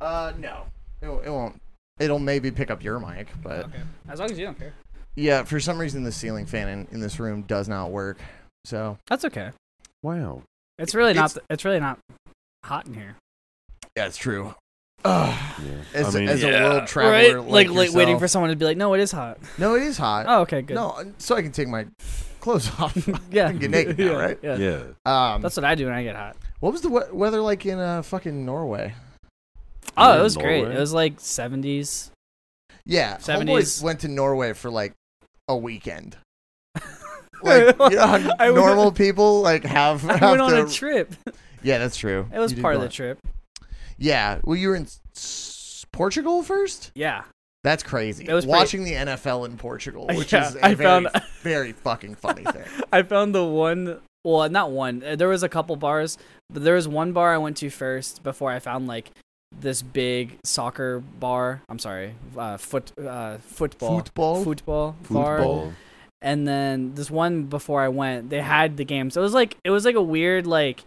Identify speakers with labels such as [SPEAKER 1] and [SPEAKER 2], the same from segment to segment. [SPEAKER 1] Uh, no, it, it won't. It'll maybe pick up your mic, but
[SPEAKER 2] Okay. As long as you don't care.
[SPEAKER 1] yeah, for some reason the ceiling fan in, in this room does not work. So
[SPEAKER 2] That's okay.
[SPEAKER 3] Wow.
[SPEAKER 2] It's really not.
[SPEAKER 1] It's-
[SPEAKER 2] th- It's really not hot in here.
[SPEAKER 1] yeah, it's true. Ugh.
[SPEAKER 3] Yeah.
[SPEAKER 1] As,
[SPEAKER 3] I mean,
[SPEAKER 1] as
[SPEAKER 2] Yeah,
[SPEAKER 1] a world traveler, like,
[SPEAKER 2] Like, like waiting for
[SPEAKER 1] yourself-
[SPEAKER 2] someone to be like, no, it is hot.
[SPEAKER 1] No, it is hot.
[SPEAKER 2] Oh, okay, good.
[SPEAKER 1] No, so I can take my clothes off.
[SPEAKER 2] yeah.
[SPEAKER 1] I can get naked now,
[SPEAKER 2] yeah,
[SPEAKER 1] right?
[SPEAKER 2] Yeah.
[SPEAKER 3] yeah.
[SPEAKER 1] Um,
[SPEAKER 2] That's what I do when I get hot.
[SPEAKER 1] what was the we- weather like in uh, fucking Norway?
[SPEAKER 2] Oh,
[SPEAKER 3] in
[SPEAKER 2] it was great.
[SPEAKER 3] Norway?
[SPEAKER 2] It was like 70s.
[SPEAKER 1] Yeah,
[SPEAKER 2] 70s.
[SPEAKER 1] homeboys went to Norway for like a weekend. Like you know how
[SPEAKER 2] I went-
[SPEAKER 1] normal people like have, have
[SPEAKER 2] I went on
[SPEAKER 1] to,
[SPEAKER 2] a trip.
[SPEAKER 1] Yeah, that's true.
[SPEAKER 2] It was
[SPEAKER 1] You did
[SPEAKER 2] part of
[SPEAKER 1] go
[SPEAKER 2] the
[SPEAKER 1] on-
[SPEAKER 2] trip.
[SPEAKER 1] Yeah, well, you were in s- s- Portugal first.
[SPEAKER 2] Yeah.
[SPEAKER 1] That's crazy.
[SPEAKER 2] That was pretty-
[SPEAKER 1] Watching the NFL in Portugal, which
[SPEAKER 2] Yeah,
[SPEAKER 1] is a
[SPEAKER 2] I
[SPEAKER 1] very,
[SPEAKER 2] found-
[SPEAKER 1] very fucking funny thing.
[SPEAKER 2] I found the one. Well, not one. Uh, There was a couple bars, but there was one bar I went to first before I found like this big soccer bar. I'm sorry, uh, foot uh, football
[SPEAKER 1] Football?
[SPEAKER 2] football bar.
[SPEAKER 3] Football.
[SPEAKER 2] And then this one before I went, they had the game. So it was like it was like a weird like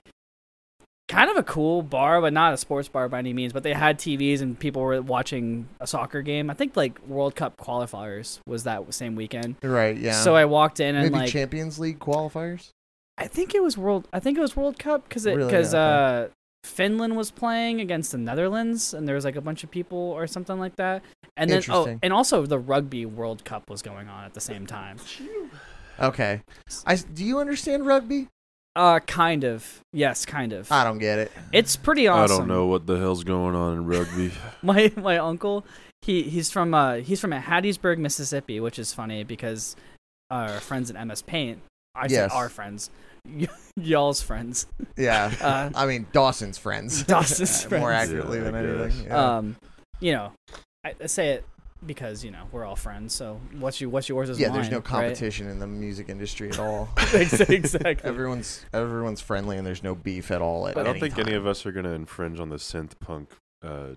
[SPEAKER 2] kind of a cool bar, but not a sports bar by any means. But they had TVs and people were watching a soccer game. I think like World Cup qualifiers was that same weekend.
[SPEAKER 1] Right? Yeah.
[SPEAKER 2] So I walked in and
[SPEAKER 1] maybe
[SPEAKER 2] like
[SPEAKER 1] Champions League qualifiers.
[SPEAKER 2] I think it was World. I think it was World Cup because it
[SPEAKER 1] Really?
[SPEAKER 2] because
[SPEAKER 1] Okay.
[SPEAKER 2] uh, Finland was playing against the Netherlands, and there was like a bunch of people or something like that. And then oh,
[SPEAKER 1] Interesting.
[SPEAKER 2] and also the Rugby World Cup was going on at the same time.
[SPEAKER 1] Okay. I s- do you understand rugby?
[SPEAKER 2] Uh, kind of. Yes, kind of.
[SPEAKER 1] I don't get it.
[SPEAKER 2] It's pretty
[SPEAKER 3] I
[SPEAKER 2] awesome.
[SPEAKER 3] don't know what the hell's going on in rugby.
[SPEAKER 2] My my uncle, he he's from uh he's from Hattiesburg, Mississippi, which is funny because our friends at MS Paint. I say
[SPEAKER 1] Yes.
[SPEAKER 2] our friends, y- y'all's friends.
[SPEAKER 1] Yeah.
[SPEAKER 2] Uh,
[SPEAKER 1] I mean Dawson's friends.
[SPEAKER 2] Dawson's
[SPEAKER 1] More
[SPEAKER 2] friends.
[SPEAKER 1] accurately
[SPEAKER 3] Yeah,
[SPEAKER 1] than
[SPEAKER 3] I guess.
[SPEAKER 1] anything. yeah.
[SPEAKER 2] um, you know, I, I say it because you know we're all friends. So what's you what's yours is
[SPEAKER 1] yeah,
[SPEAKER 2] mine.
[SPEAKER 1] there's no
[SPEAKER 2] right?
[SPEAKER 1] competition in the music industry at all.
[SPEAKER 2] Ex- exactly.
[SPEAKER 1] everyone's everyone's friendly and there's no beef at all. At
[SPEAKER 3] I don't think
[SPEAKER 1] time.
[SPEAKER 3] any of us are going to infringe on the synth punk uh,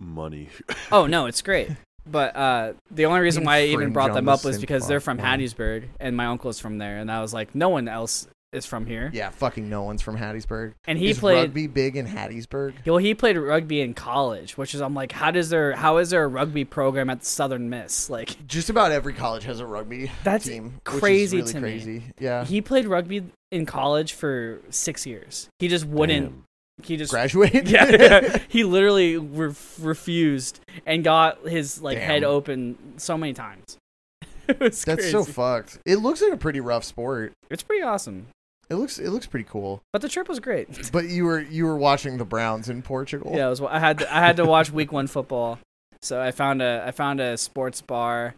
[SPEAKER 3] money.
[SPEAKER 2] oh no, it's great. But uh, the only reason why I even
[SPEAKER 1] Infringe
[SPEAKER 2] brought
[SPEAKER 1] on
[SPEAKER 2] them
[SPEAKER 1] the
[SPEAKER 2] up was
[SPEAKER 1] synth
[SPEAKER 2] because they're from
[SPEAKER 1] pop, yeah.
[SPEAKER 2] Hattiesburg, and my uncle is from there, and I was like, no one else is from here.
[SPEAKER 1] Yeah, fucking no one's from Hattiesburg.
[SPEAKER 2] And he
[SPEAKER 1] Is
[SPEAKER 2] played.
[SPEAKER 1] rugby big in Hattiesburg.
[SPEAKER 2] Well, he played rugby in college, which is I'm like, how does there how is there a rugby program at Southern Miss? Like
[SPEAKER 1] Just about every college has a rugby
[SPEAKER 2] That's
[SPEAKER 1] team.
[SPEAKER 2] crazy
[SPEAKER 1] which is
[SPEAKER 2] to
[SPEAKER 1] really
[SPEAKER 2] me.
[SPEAKER 1] crazy. Yeah.
[SPEAKER 2] he played rugby in college for six years. He just wouldn't.
[SPEAKER 3] Damn.
[SPEAKER 2] He just
[SPEAKER 1] Graduate.
[SPEAKER 2] yeah, yeah. he literally re- refused and got his like head
[SPEAKER 1] Damn.
[SPEAKER 2] open so many times. it was
[SPEAKER 1] That's
[SPEAKER 2] crazy.
[SPEAKER 1] so fucked. It looks like a pretty rough sport.
[SPEAKER 2] it's pretty awesome.
[SPEAKER 1] It looks it looks pretty cool.
[SPEAKER 2] But the trip was great.
[SPEAKER 1] But you were you were watching the Browns in Portugal.
[SPEAKER 2] yeah, it was, I had to, I had to watch week one football, so I found a I found a sports bar,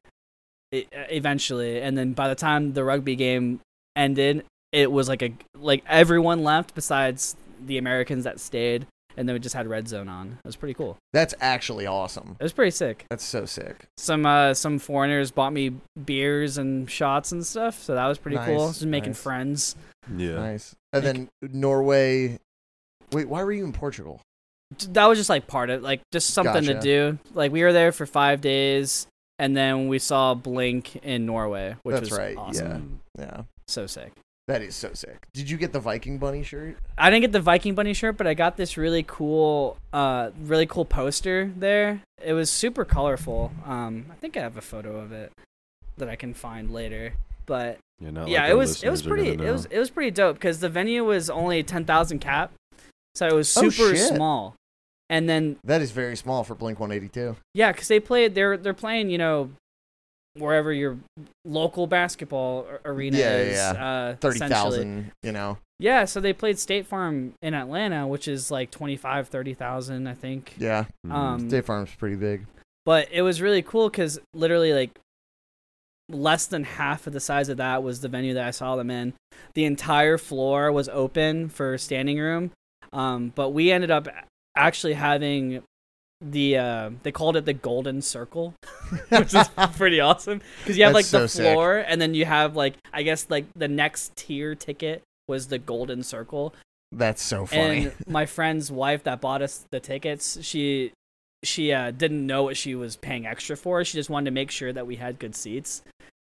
[SPEAKER 2] e- eventually, and then by the time the rugby game ended, it was like a like everyone left besides the Americans that stayed, and then we just had red zone on. It was pretty cool.
[SPEAKER 1] That's actually awesome.
[SPEAKER 2] It was pretty sick.
[SPEAKER 1] That's so sick.
[SPEAKER 2] some uh some foreigners bought me beers and shots and stuff so that was pretty cool
[SPEAKER 1] Nice,
[SPEAKER 2] just making
[SPEAKER 1] nice.
[SPEAKER 2] friends
[SPEAKER 3] Yeah.
[SPEAKER 1] Nice. And
[SPEAKER 2] Like-
[SPEAKER 1] then Norway. Wait, why were you in Portugal?
[SPEAKER 2] that was just like part of like just something to
[SPEAKER 1] Gotcha.
[SPEAKER 2] do like we were there for five days and then we saw blink in norway which
[SPEAKER 1] That's
[SPEAKER 2] was
[SPEAKER 1] right,
[SPEAKER 2] awesome
[SPEAKER 1] Yeah.
[SPEAKER 3] Mm.
[SPEAKER 1] Yeah.
[SPEAKER 2] so sick
[SPEAKER 1] That is so sick. Did you get the Viking bunny shirt?
[SPEAKER 2] i didn't get the viking bunny shirt but i got this really cool uh really cool poster there it was super colorful um i think i have a photo of it that i can find later but
[SPEAKER 3] Yeah, not
[SPEAKER 2] yeah,
[SPEAKER 3] like
[SPEAKER 2] it
[SPEAKER 3] our
[SPEAKER 2] was it was
[SPEAKER 3] listeners are gonna
[SPEAKER 2] pretty it
[SPEAKER 3] know.
[SPEAKER 2] was it was pretty dope because the venue was only ten thousand cap, so it was
[SPEAKER 1] Oh,
[SPEAKER 2] super
[SPEAKER 1] shit.
[SPEAKER 2] small. And then
[SPEAKER 1] That is very small for Blink 182.
[SPEAKER 2] yeah, because they played they're they're playing you know wherever your local basketball a- arena
[SPEAKER 1] Yeah,
[SPEAKER 2] is
[SPEAKER 1] yeah,
[SPEAKER 2] uh, essentially.
[SPEAKER 1] 30,000, you know.
[SPEAKER 2] Yeah, so they played State Farm in Atlanta, which is like 25, 30,000, I think.
[SPEAKER 1] Yeah.
[SPEAKER 3] Mm.
[SPEAKER 2] Um,
[SPEAKER 1] State Farm's pretty big.
[SPEAKER 2] but it was really cool because literally like less than half of the size of that was the venue that i saw them in the entire floor was open for standing room um, but we ended up actually having the uh, they called it the golden circle which is pretty awesome because you have
[SPEAKER 1] That's
[SPEAKER 2] like the
[SPEAKER 1] so sick.
[SPEAKER 2] floor and then you have like i guess like the next tier ticket was the golden circle
[SPEAKER 1] That's so funny.
[SPEAKER 2] and my friend's wife that bought us the tickets, she she uh, didn't know what she was paying extra for. She just wanted to make sure that we had good seats.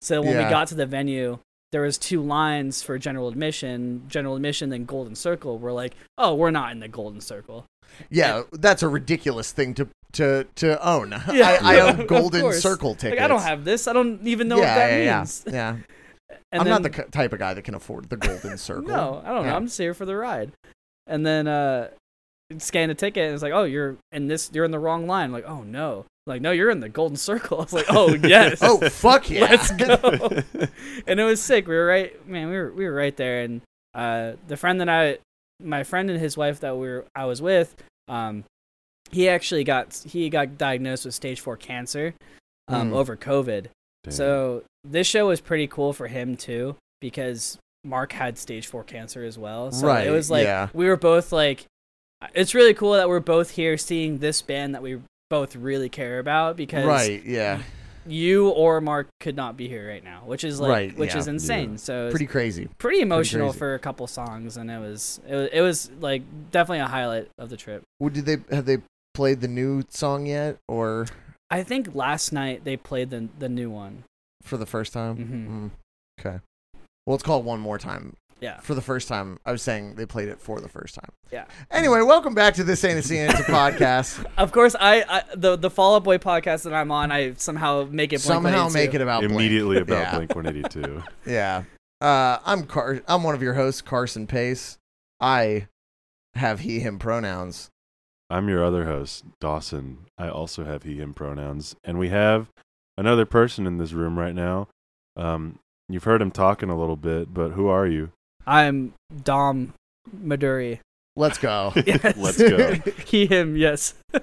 [SPEAKER 2] So when
[SPEAKER 1] Yeah.
[SPEAKER 2] we got to the venue, there was two lines for general admission, general admission, then golden circle. We're like, oh, we're not in the golden circle.
[SPEAKER 1] Yeah, that's a ridiculous thing to to to own.
[SPEAKER 2] Yeah.
[SPEAKER 1] I, I own
[SPEAKER 2] Of
[SPEAKER 1] golden
[SPEAKER 2] course.
[SPEAKER 1] circle tickets.
[SPEAKER 2] Like I don't have this. I don't even know
[SPEAKER 1] yeah,
[SPEAKER 2] what that
[SPEAKER 1] yeah,
[SPEAKER 2] means.
[SPEAKER 1] Yeah, yeah.
[SPEAKER 2] And
[SPEAKER 1] I'm
[SPEAKER 2] then,
[SPEAKER 1] not the c- type of guy that can afford the golden circle.
[SPEAKER 2] No, I don't know.
[SPEAKER 1] Yeah.
[SPEAKER 2] I'm just here for the ride. And then uh scan a ticket and it's like, "Oh, you're in this you're in the wrong line." like, "Oh no." Like, "No, you're in the golden circle." I was like, "Oh, yes."
[SPEAKER 1] Oh fuck yeah!
[SPEAKER 2] Let's go.
[SPEAKER 3] Mm.
[SPEAKER 2] and it was sick. We were right, man. We were we were right there, and uh, the friend that I, my friend and his wife that we were, I was with, um, he actually got he got diagnosed with stage four cancer, um,
[SPEAKER 1] Mm.
[SPEAKER 2] over COVID.
[SPEAKER 3] Damn.
[SPEAKER 2] So this show was pretty cool for him too because Mark had stage four cancer as well. So
[SPEAKER 1] Right,
[SPEAKER 2] it was like
[SPEAKER 1] yeah.
[SPEAKER 2] we were both like, it's really cool that we're both here seeing this band that we both really care about because
[SPEAKER 1] Right? Yeah.
[SPEAKER 2] you or Mark could not be here right now, which is like,
[SPEAKER 1] Right,
[SPEAKER 2] which
[SPEAKER 1] yeah.
[SPEAKER 2] is insane.
[SPEAKER 3] Yeah.
[SPEAKER 2] So it's
[SPEAKER 1] Pretty
[SPEAKER 2] pretty
[SPEAKER 1] crazy.
[SPEAKER 2] pretty emotional
[SPEAKER 1] crazy.
[SPEAKER 2] for a couple songs, and it was it was, it was like definitely a highlight of the trip.
[SPEAKER 1] Well, did they have they played the new song yet, or
[SPEAKER 2] I think last night they played the the new one.
[SPEAKER 1] for the first time?
[SPEAKER 2] Mhm.
[SPEAKER 1] Mm. Okay. Well, it's called one more time.
[SPEAKER 2] Yeah.
[SPEAKER 1] For the first time, I was saying they played it for the first time.
[SPEAKER 2] Yeah.
[SPEAKER 1] Anyway, welcome back to this Ain't a Scene, It's a podcast.
[SPEAKER 2] Of course, I, I the the Fall Out Boy podcast that I'm on, I somehow make it Blink
[SPEAKER 1] Somehow make it about Blink.
[SPEAKER 3] immediately about
[SPEAKER 1] Yeah.
[SPEAKER 3] Blink 182.
[SPEAKER 1] Yeah. Uh, I'm Car- I'm one of your hosts, Carson Pace. I have he him pronouns.
[SPEAKER 3] I'm your other host, Dawson. I also have he, him pronouns. And we have another person in this room right now. Um, you've heard him talking a little bit, but who are you?
[SPEAKER 2] I'm Dom Maduri.
[SPEAKER 1] Let's go.
[SPEAKER 2] Yes.
[SPEAKER 3] Let's go.
[SPEAKER 2] He him yes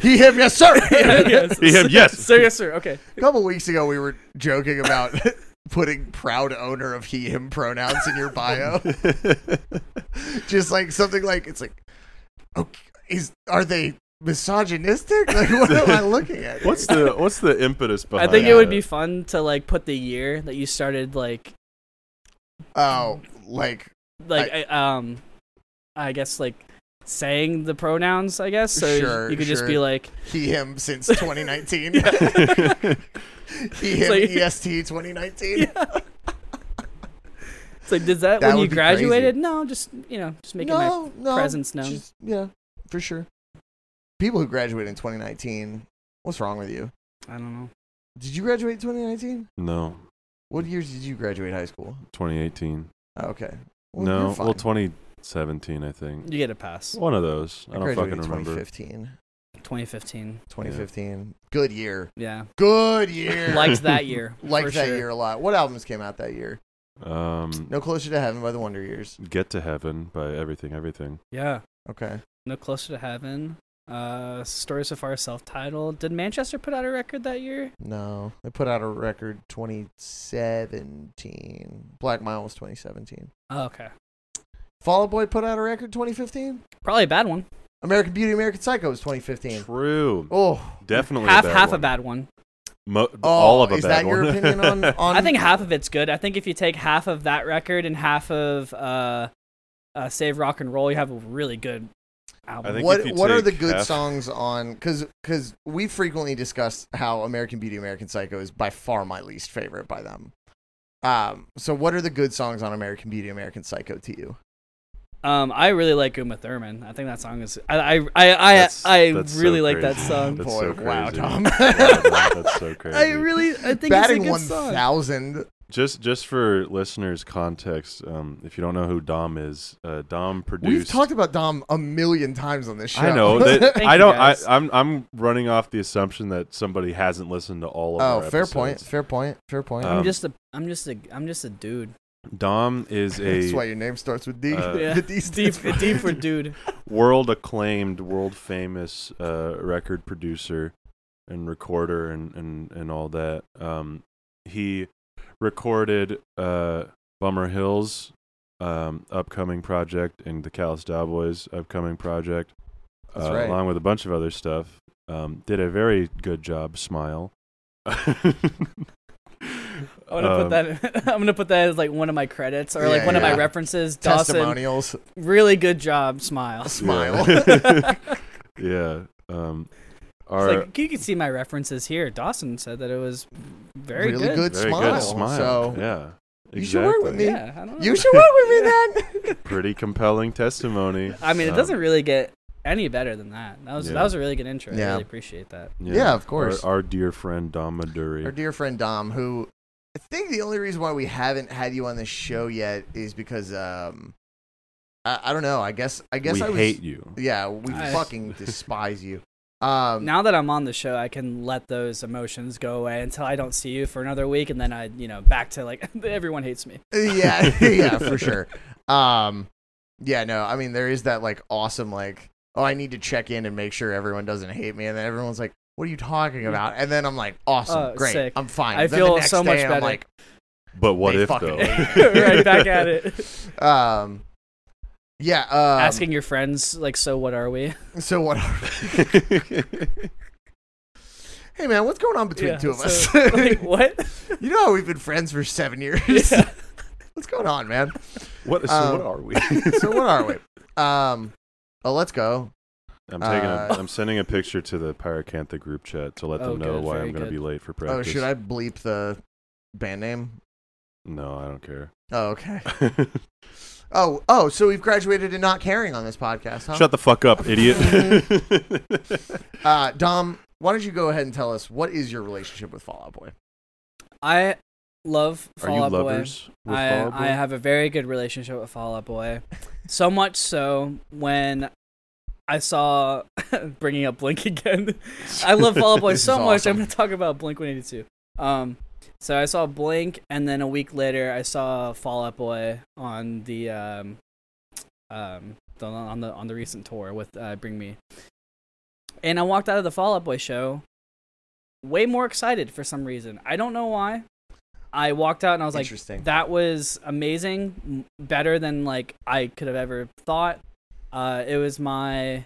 [SPEAKER 1] he him, yes sir.
[SPEAKER 2] yes
[SPEAKER 3] He, him, yes.
[SPEAKER 2] sir yes sir okay
[SPEAKER 1] A couple weeks ago, we were joking about putting proud owner of he him pronouns in your bio. Just like something like it's like, okay, is are they misogynistic? Like what am I looking at? here?
[SPEAKER 3] What's the what's the impetus
[SPEAKER 2] I
[SPEAKER 3] behind?
[SPEAKER 2] think it would be
[SPEAKER 3] that?
[SPEAKER 2] fun to like put the year that you started like
[SPEAKER 1] oh like
[SPEAKER 2] like I, um I guess like saying the pronouns I guess so
[SPEAKER 1] Sure,
[SPEAKER 2] you could just
[SPEAKER 1] sure.
[SPEAKER 2] be like
[SPEAKER 1] he him since 2019? he him E
[SPEAKER 2] like-
[SPEAKER 1] est 2019.
[SPEAKER 2] it's like did that,
[SPEAKER 1] That
[SPEAKER 2] when
[SPEAKER 1] would
[SPEAKER 2] you
[SPEAKER 1] be crazy.
[SPEAKER 2] graduated no just you know just making
[SPEAKER 1] no, no,
[SPEAKER 2] my presence known
[SPEAKER 1] just- yeah, for sure. People who graduated in 2019, what's wrong with you?
[SPEAKER 2] I don't know
[SPEAKER 1] Did you graduate in 2019?
[SPEAKER 3] no,
[SPEAKER 1] What years did you graduate high school?
[SPEAKER 3] 2018.
[SPEAKER 1] Oh, okay.
[SPEAKER 3] no,
[SPEAKER 1] you're fine.
[SPEAKER 3] well, 2017, I think.
[SPEAKER 2] you get a pass
[SPEAKER 3] One of those.
[SPEAKER 1] I
[SPEAKER 3] I, don't
[SPEAKER 1] graduated
[SPEAKER 3] fucking
[SPEAKER 1] in
[SPEAKER 3] remember.
[SPEAKER 1] 2015.
[SPEAKER 2] 2015
[SPEAKER 1] 2015. Good year.
[SPEAKER 2] yeah
[SPEAKER 1] Good year.
[SPEAKER 3] Like-
[SPEAKER 2] liked that year
[SPEAKER 1] Liked
[SPEAKER 2] for
[SPEAKER 1] that
[SPEAKER 2] sure.
[SPEAKER 1] year a lot. What albums came out that year?
[SPEAKER 3] Um,
[SPEAKER 1] No Closer to Heaven by the Wonder Years.
[SPEAKER 3] Get to Heaven by Everything, Everything.
[SPEAKER 2] yeah
[SPEAKER 1] Okay.
[SPEAKER 2] no closer to heaven uh stories so far self-titled did Manchester put out a record that year
[SPEAKER 1] No. They put out a record 2017. Black Mile was 2017.
[SPEAKER 2] oh, okay
[SPEAKER 1] Fall Out Boy put out a record 2015.
[SPEAKER 2] probably a bad one
[SPEAKER 1] American Beauty, American Psycho was 2015.
[SPEAKER 3] True.
[SPEAKER 1] Oh.
[SPEAKER 3] Definitely
[SPEAKER 2] half
[SPEAKER 3] a bad
[SPEAKER 2] half
[SPEAKER 3] one.
[SPEAKER 2] a bad one
[SPEAKER 3] Mo-
[SPEAKER 1] Oh,
[SPEAKER 3] all of a
[SPEAKER 1] is
[SPEAKER 3] bad
[SPEAKER 1] that your
[SPEAKER 3] one.
[SPEAKER 1] opinion on, on?
[SPEAKER 2] I think half of it's good. I think if you take half of that record and half of uh, uh, Save Rock and Roll, you have a really good album.
[SPEAKER 3] I think
[SPEAKER 1] what
[SPEAKER 3] if you
[SPEAKER 1] what are the
[SPEAKER 3] take
[SPEAKER 1] good
[SPEAKER 3] half-
[SPEAKER 1] songs on because because we frequently discuss how american beauty american psycho is by far my least favorite by them um so what are the good songs on american beauty american psycho to you
[SPEAKER 2] um, I really like Uma Thurman. I think that song is. I I I,
[SPEAKER 3] That's-
[SPEAKER 2] I
[SPEAKER 3] that's so
[SPEAKER 2] really like that
[SPEAKER 3] crazy.
[SPEAKER 2] song.
[SPEAKER 3] That's
[SPEAKER 1] boy
[SPEAKER 3] so
[SPEAKER 1] wow
[SPEAKER 3] crazy.
[SPEAKER 1] tom
[SPEAKER 3] Wow, that's so crazy.
[SPEAKER 2] I really I think
[SPEAKER 1] batting
[SPEAKER 2] it's a good song.
[SPEAKER 1] 1000
[SPEAKER 3] just just for listeners' context, um, if you don't know who Dom is, uh, Dom produced.
[SPEAKER 1] we've talked about dom a million times on this show
[SPEAKER 3] I know that
[SPEAKER 2] Thank
[SPEAKER 3] I
[SPEAKER 2] you,
[SPEAKER 3] don't. I,
[SPEAKER 2] guys.
[SPEAKER 3] I'm I'm running off the assumption that somebody hasn't listened to all of.
[SPEAKER 1] oh
[SPEAKER 3] our
[SPEAKER 1] fair point
[SPEAKER 3] episodes.
[SPEAKER 1] fair point fair point
[SPEAKER 3] Uh,
[SPEAKER 2] I'm
[SPEAKER 3] Um,
[SPEAKER 2] just a I'm just a I'm just a dude.
[SPEAKER 3] Dom is
[SPEAKER 1] that's why
[SPEAKER 3] a
[SPEAKER 1] your name starts with d
[SPEAKER 3] uh,
[SPEAKER 2] Yeah.
[SPEAKER 1] the D
[SPEAKER 2] Deep
[SPEAKER 1] stands for-
[SPEAKER 2] deep for dude.
[SPEAKER 3] world acclaimed, world famous uh, record producer and recorder and and and all that. Um, he recorded uh, Bummer Hills. Um, upcoming project and the Callous Cowboys upcoming project.
[SPEAKER 1] That's
[SPEAKER 3] uh,
[SPEAKER 1] right.
[SPEAKER 3] along with a bunch of other stuff. Um, did a very good job. Smile. I'm
[SPEAKER 2] I'm gonna put that I'm gonna put that as like one of my credits or like
[SPEAKER 1] Yeah,
[SPEAKER 2] one of my
[SPEAKER 1] yeah.
[SPEAKER 2] references. Dawson,
[SPEAKER 1] testimonials
[SPEAKER 2] really good job. Smile.
[SPEAKER 1] smile
[SPEAKER 3] yeah. Um,
[SPEAKER 2] It's
[SPEAKER 3] our
[SPEAKER 2] like, you can see my references here. Dawson said that it was very
[SPEAKER 1] really good,
[SPEAKER 3] very
[SPEAKER 1] smile
[SPEAKER 3] good smile.
[SPEAKER 1] so
[SPEAKER 3] yeah.
[SPEAKER 1] You should work with me.
[SPEAKER 3] Exactly.
[SPEAKER 2] Yeah, I don't know.
[SPEAKER 1] You should work with me then.
[SPEAKER 3] Pretty compelling testimony.
[SPEAKER 2] I mean, it
[SPEAKER 3] Um,
[SPEAKER 2] doesn't really get any better than that. That was
[SPEAKER 3] Yeah.
[SPEAKER 2] that was a really good intro. I
[SPEAKER 1] Yeah.
[SPEAKER 2] really appreciate that.
[SPEAKER 1] Yeah, of course.
[SPEAKER 3] Our, our dear friend Dom Maduri.
[SPEAKER 1] Our dear friend Dom, who I think the only reason why we haven't had you on the show yet is because um, I, I don't know. I guess I guess
[SPEAKER 3] we
[SPEAKER 1] I was,
[SPEAKER 3] hate you.
[SPEAKER 1] Yeah, we
[SPEAKER 2] I-
[SPEAKER 1] fucking despise you. Um,
[SPEAKER 2] Now that I'm on the show, I can let those emotions go away until I don't see you for another week, and then I, you know, back to like everyone hates me.
[SPEAKER 1] yeah, yeah, for sure. Um, yeah, no, I mean there is that like awesome like oh I need to check in and make sure everyone doesn't hate me, and then everyone's like, what are you talking about? And then I'm like, awesome,
[SPEAKER 2] Oh,
[SPEAKER 1] great,
[SPEAKER 2] sick.
[SPEAKER 1] I'm fine.
[SPEAKER 2] I
[SPEAKER 1] Then the
[SPEAKER 2] feel
[SPEAKER 1] next
[SPEAKER 2] so much
[SPEAKER 1] day, I'm
[SPEAKER 2] better.
[SPEAKER 1] like,
[SPEAKER 3] But what
[SPEAKER 1] They
[SPEAKER 3] if
[SPEAKER 1] fucking
[SPEAKER 3] though?
[SPEAKER 1] hate
[SPEAKER 2] right back at it,
[SPEAKER 1] um, yeah, um,
[SPEAKER 2] asking your friends like, "So what are we?"
[SPEAKER 1] So what? Are, hey man, what's going on between
[SPEAKER 2] Yeah,
[SPEAKER 1] the two of
[SPEAKER 2] so,
[SPEAKER 1] us?
[SPEAKER 2] like, what?
[SPEAKER 1] you know how we've been friends for seven years.
[SPEAKER 2] Yeah.
[SPEAKER 1] What's going on, man?
[SPEAKER 3] What? So
[SPEAKER 1] Um,
[SPEAKER 3] what are we?
[SPEAKER 1] So what are we? Um, oh, let's go.
[SPEAKER 3] I'm taking.
[SPEAKER 1] uh,
[SPEAKER 3] a, I'm sending a picture to the Pyracantha group chat to let
[SPEAKER 2] Oh,
[SPEAKER 3] them know
[SPEAKER 2] good,
[SPEAKER 3] why
[SPEAKER 2] very
[SPEAKER 3] I'm going to
[SPEAKER 2] good.
[SPEAKER 3] be late for practice.
[SPEAKER 1] Oh, should I bleep the band name?
[SPEAKER 3] No, I don't care.
[SPEAKER 1] Oh, okay. Oh, oh, so we've graduated in not caring on this podcast, huh?
[SPEAKER 3] Shut the fuck up, idiot.
[SPEAKER 1] uh, Dom, why don't you go ahead and tell us what is your relationship with Fallout Boy?
[SPEAKER 2] I love
[SPEAKER 3] Are
[SPEAKER 2] Fall
[SPEAKER 3] you
[SPEAKER 2] Out Boy.
[SPEAKER 3] lovers with
[SPEAKER 2] I,
[SPEAKER 3] Fall Out Boy?
[SPEAKER 2] I have a very good relationship with Fall Out Boy. So much so when I saw bringing up Blink again. I love Fall Out Boy
[SPEAKER 1] This is
[SPEAKER 2] so much.
[SPEAKER 1] awesome.
[SPEAKER 2] I'm going to talk about Blink 182. Um, so I saw Blink, and then a week later, I saw Fall Out Boy on the um, um, the, on the on the recent tour with uh, Bring Me. And I walked out of the Fall Out Boy show way more excited for some reason. I don't know why. I walked out and I was like,
[SPEAKER 1] Interesting.
[SPEAKER 2] that was amazing, m- better than like I could have ever thought. Uh, it was my,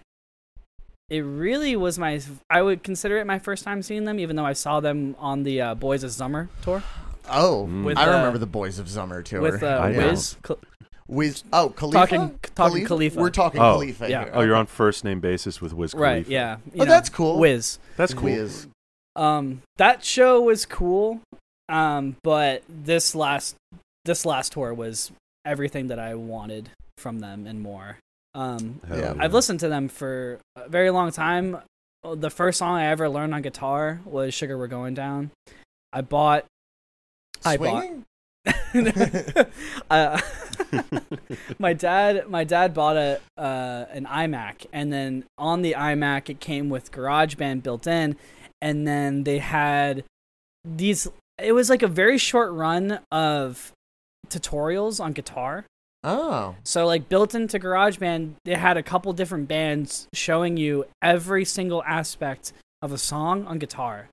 [SPEAKER 2] it really was my. I would consider it my first time seeing them, even though I saw them on the uh, Boys of Summer tour
[SPEAKER 1] oh,
[SPEAKER 3] Mm.
[SPEAKER 2] with,
[SPEAKER 1] I
[SPEAKER 2] uh,
[SPEAKER 1] remember the Boys of Summer tour.
[SPEAKER 2] with uh,
[SPEAKER 3] I know.
[SPEAKER 2] Wiz. Cl-
[SPEAKER 1] Wiz- oh, Khalifa?
[SPEAKER 2] Talking- talking Khalifa.
[SPEAKER 1] We're talking
[SPEAKER 3] Oh,
[SPEAKER 1] Khalifa.
[SPEAKER 2] yeah.
[SPEAKER 1] here.
[SPEAKER 3] oh, you're on first name basis with Wiz
[SPEAKER 2] right?
[SPEAKER 3] Khalifa.
[SPEAKER 2] Yeah. you
[SPEAKER 1] Oh,
[SPEAKER 2] know,
[SPEAKER 1] that's cool.
[SPEAKER 2] Wiz.
[SPEAKER 3] that's cool.
[SPEAKER 1] Wiz.
[SPEAKER 2] Um, that show was cool, um, but this last this last tour was everything that I wanted from them and more. Um,
[SPEAKER 3] Hell
[SPEAKER 1] Yeah.
[SPEAKER 2] I've listened to them for a very long time. Uh, The first song I ever learned on guitar was "Sugar We're Going Down." I bought. I bought.
[SPEAKER 1] Swinging?
[SPEAKER 2] uh, my dad, my dad bought a uh, an iMac, and then on the iMac it came with GarageBand built in, and then they had these. It was like a very short run of tutorials on guitar.
[SPEAKER 1] Oh.
[SPEAKER 2] So like built into GarageBand, it had a couple different bands showing you every single aspect of a song on guitar.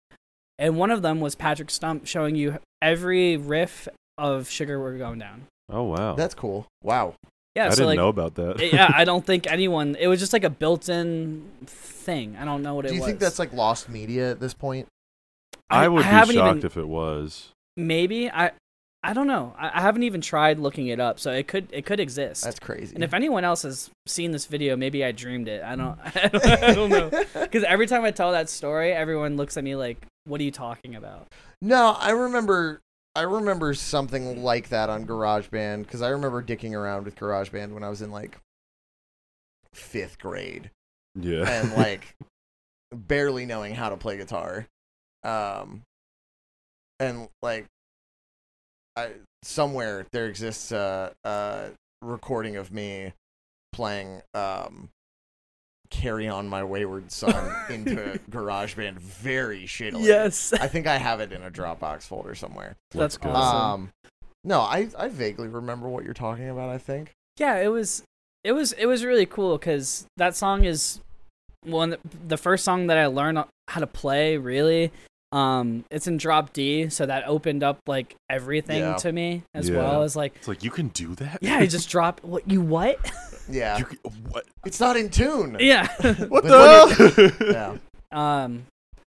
[SPEAKER 2] And one of them was Patrick Stump showing you every riff of Sugar We're Going Down.
[SPEAKER 3] Oh wow.
[SPEAKER 1] That's cool. Wow.
[SPEAKER 2] Yeah,
[SPEAKER 3] I
[SPEAKER 2] so
[SPEAKER 3] didn't
[SPEAKER 2] like eh,
[SPEAKER 3] know about that.
[SPEAKER 2] yeah, I don't think anyone it was just like a built-in thing. I don't know what it
[SPEAKER 1] Do you
[SPEAKER 2] was.
[SPEAKER 1] think that's like lost media at this point?
[SPEAKER 3] I would be
[SPEAKER 2] haven't
[SPEAKER 3] shocked
[SPEAKER 2] even,
[SPEAKER 3] if it was.
[SPEAKER 2] maybe I I don't know. I, I haven't even tried looking it up, so it could it could exist.
[SPEAKER 1] That's crazy.
[SPEAKER 2] And if anyone else has seen this video, maybe I dreamed it. I don't. I don't, I don't know. Because every time I tell that story, everyone looks at me like, "What are you talking about?"
[SPEAKER 1] No, I remember. I remember something like that on GarageBand because I remember dicking around with GarageBand when I was in like fifth grade
[SPEAKER 3] Yeah.
[SPEAKER 1] and like barely knowing how to play guitar. Um, and like, I somewhere there exists a, a recording of me playing um, "Carry On My Wayward Son" into GarageBand very shittily. I think I have it in a Dropbox folder somewhere.
[SPEAKER 2] that's
[SPEAKER 3] Let's go.
[SPEAKER 2] awesome.
[SPEAKER 1] Um, no, I, I vaguely remember what you're talking about. I think.
[SPEAKER 2] yeah, it was, it was, it was really cool because that song is one the first song that I learned how to play. Really, um, it's in drop D, so that opened up like everything
[SPEAKER 1] Yeah.
[SPEAKER 2] to me as
[SPEAKER 3] Yeah.
[SPEAKER 2] well as like,
[SPEAKER 3] It's like you can do that.
[SPEAKER 2] yeah, you just drop what you what?
[SPEAKER 1] Yeah,
[SPEAKER 3] You can- what?
[SPEAKER 1] it's not in tune.
[SPEAKER 2] yeah,
[SPEAKER 1] But
[SPEAKER 3] What the? hell?
[SPEAKER 1] Yeah,
[SPEAKER 2] Um,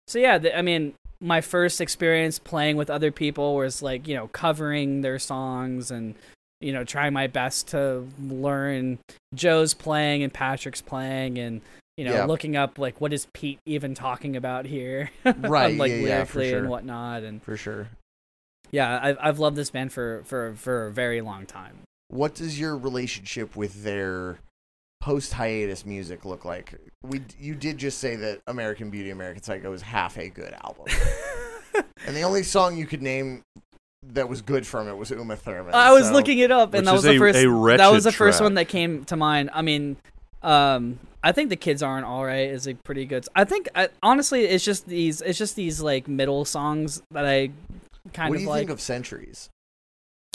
[SPEAKER 2] so yeah, th- I mean, my first experience playing with other people was like you know covering their songs and you know trying my best to learn Joe's playing and Patrick's playing and you know
[SPEAKER 1] Yeah.
[SPEAKER 2] looking up like what is Pete even talking about here,
[SPEAKER 1] Right,
[SPEAKER 2] like
[SPEAKER 1] yeah, yeah, for
[SPEAKER 2] lyrically
[SPEAKER 1] sure.
[SPEAKER 2] and whatnot, and
[SPEAKER 1] for sure.
[SPEAKER 2] yeah, I've I've loved this band for for for a very long time.
[SPEAKER 1] What does your relationship with their post hiatus music look like? We you did just say that American Beauty, American Psycho is half a good album, and the only song you could name that was good from it was Uma Thurman.
[SPEAKER 2] I was
[SPEAKER 1] so-
[SPEAKER 2] looking it up,
[SPEAKER 3] Which
[SPEAKER 2] and that
[SPEAKER 3] is
[SPEAKER 2] was the
[SPEAKER 3] a-
[SPEAKER 2] first.
[SPEAKER 3] a wretched
[SPEAKER 2] that was the first
[SPEAKER 3] track.
[SPEAKER 2] one that came to mind. I mean, um, I think the kids aren't all right is a pretty good. I think I, honestly, it's just these. It's just these like middle songs that I kind
[SPEAKER 1] What
[SPEAKER 2] of
[SPEAKER 1] do you
[SPEAKER 2] like.
[SPEAKER 1] think of Centuries?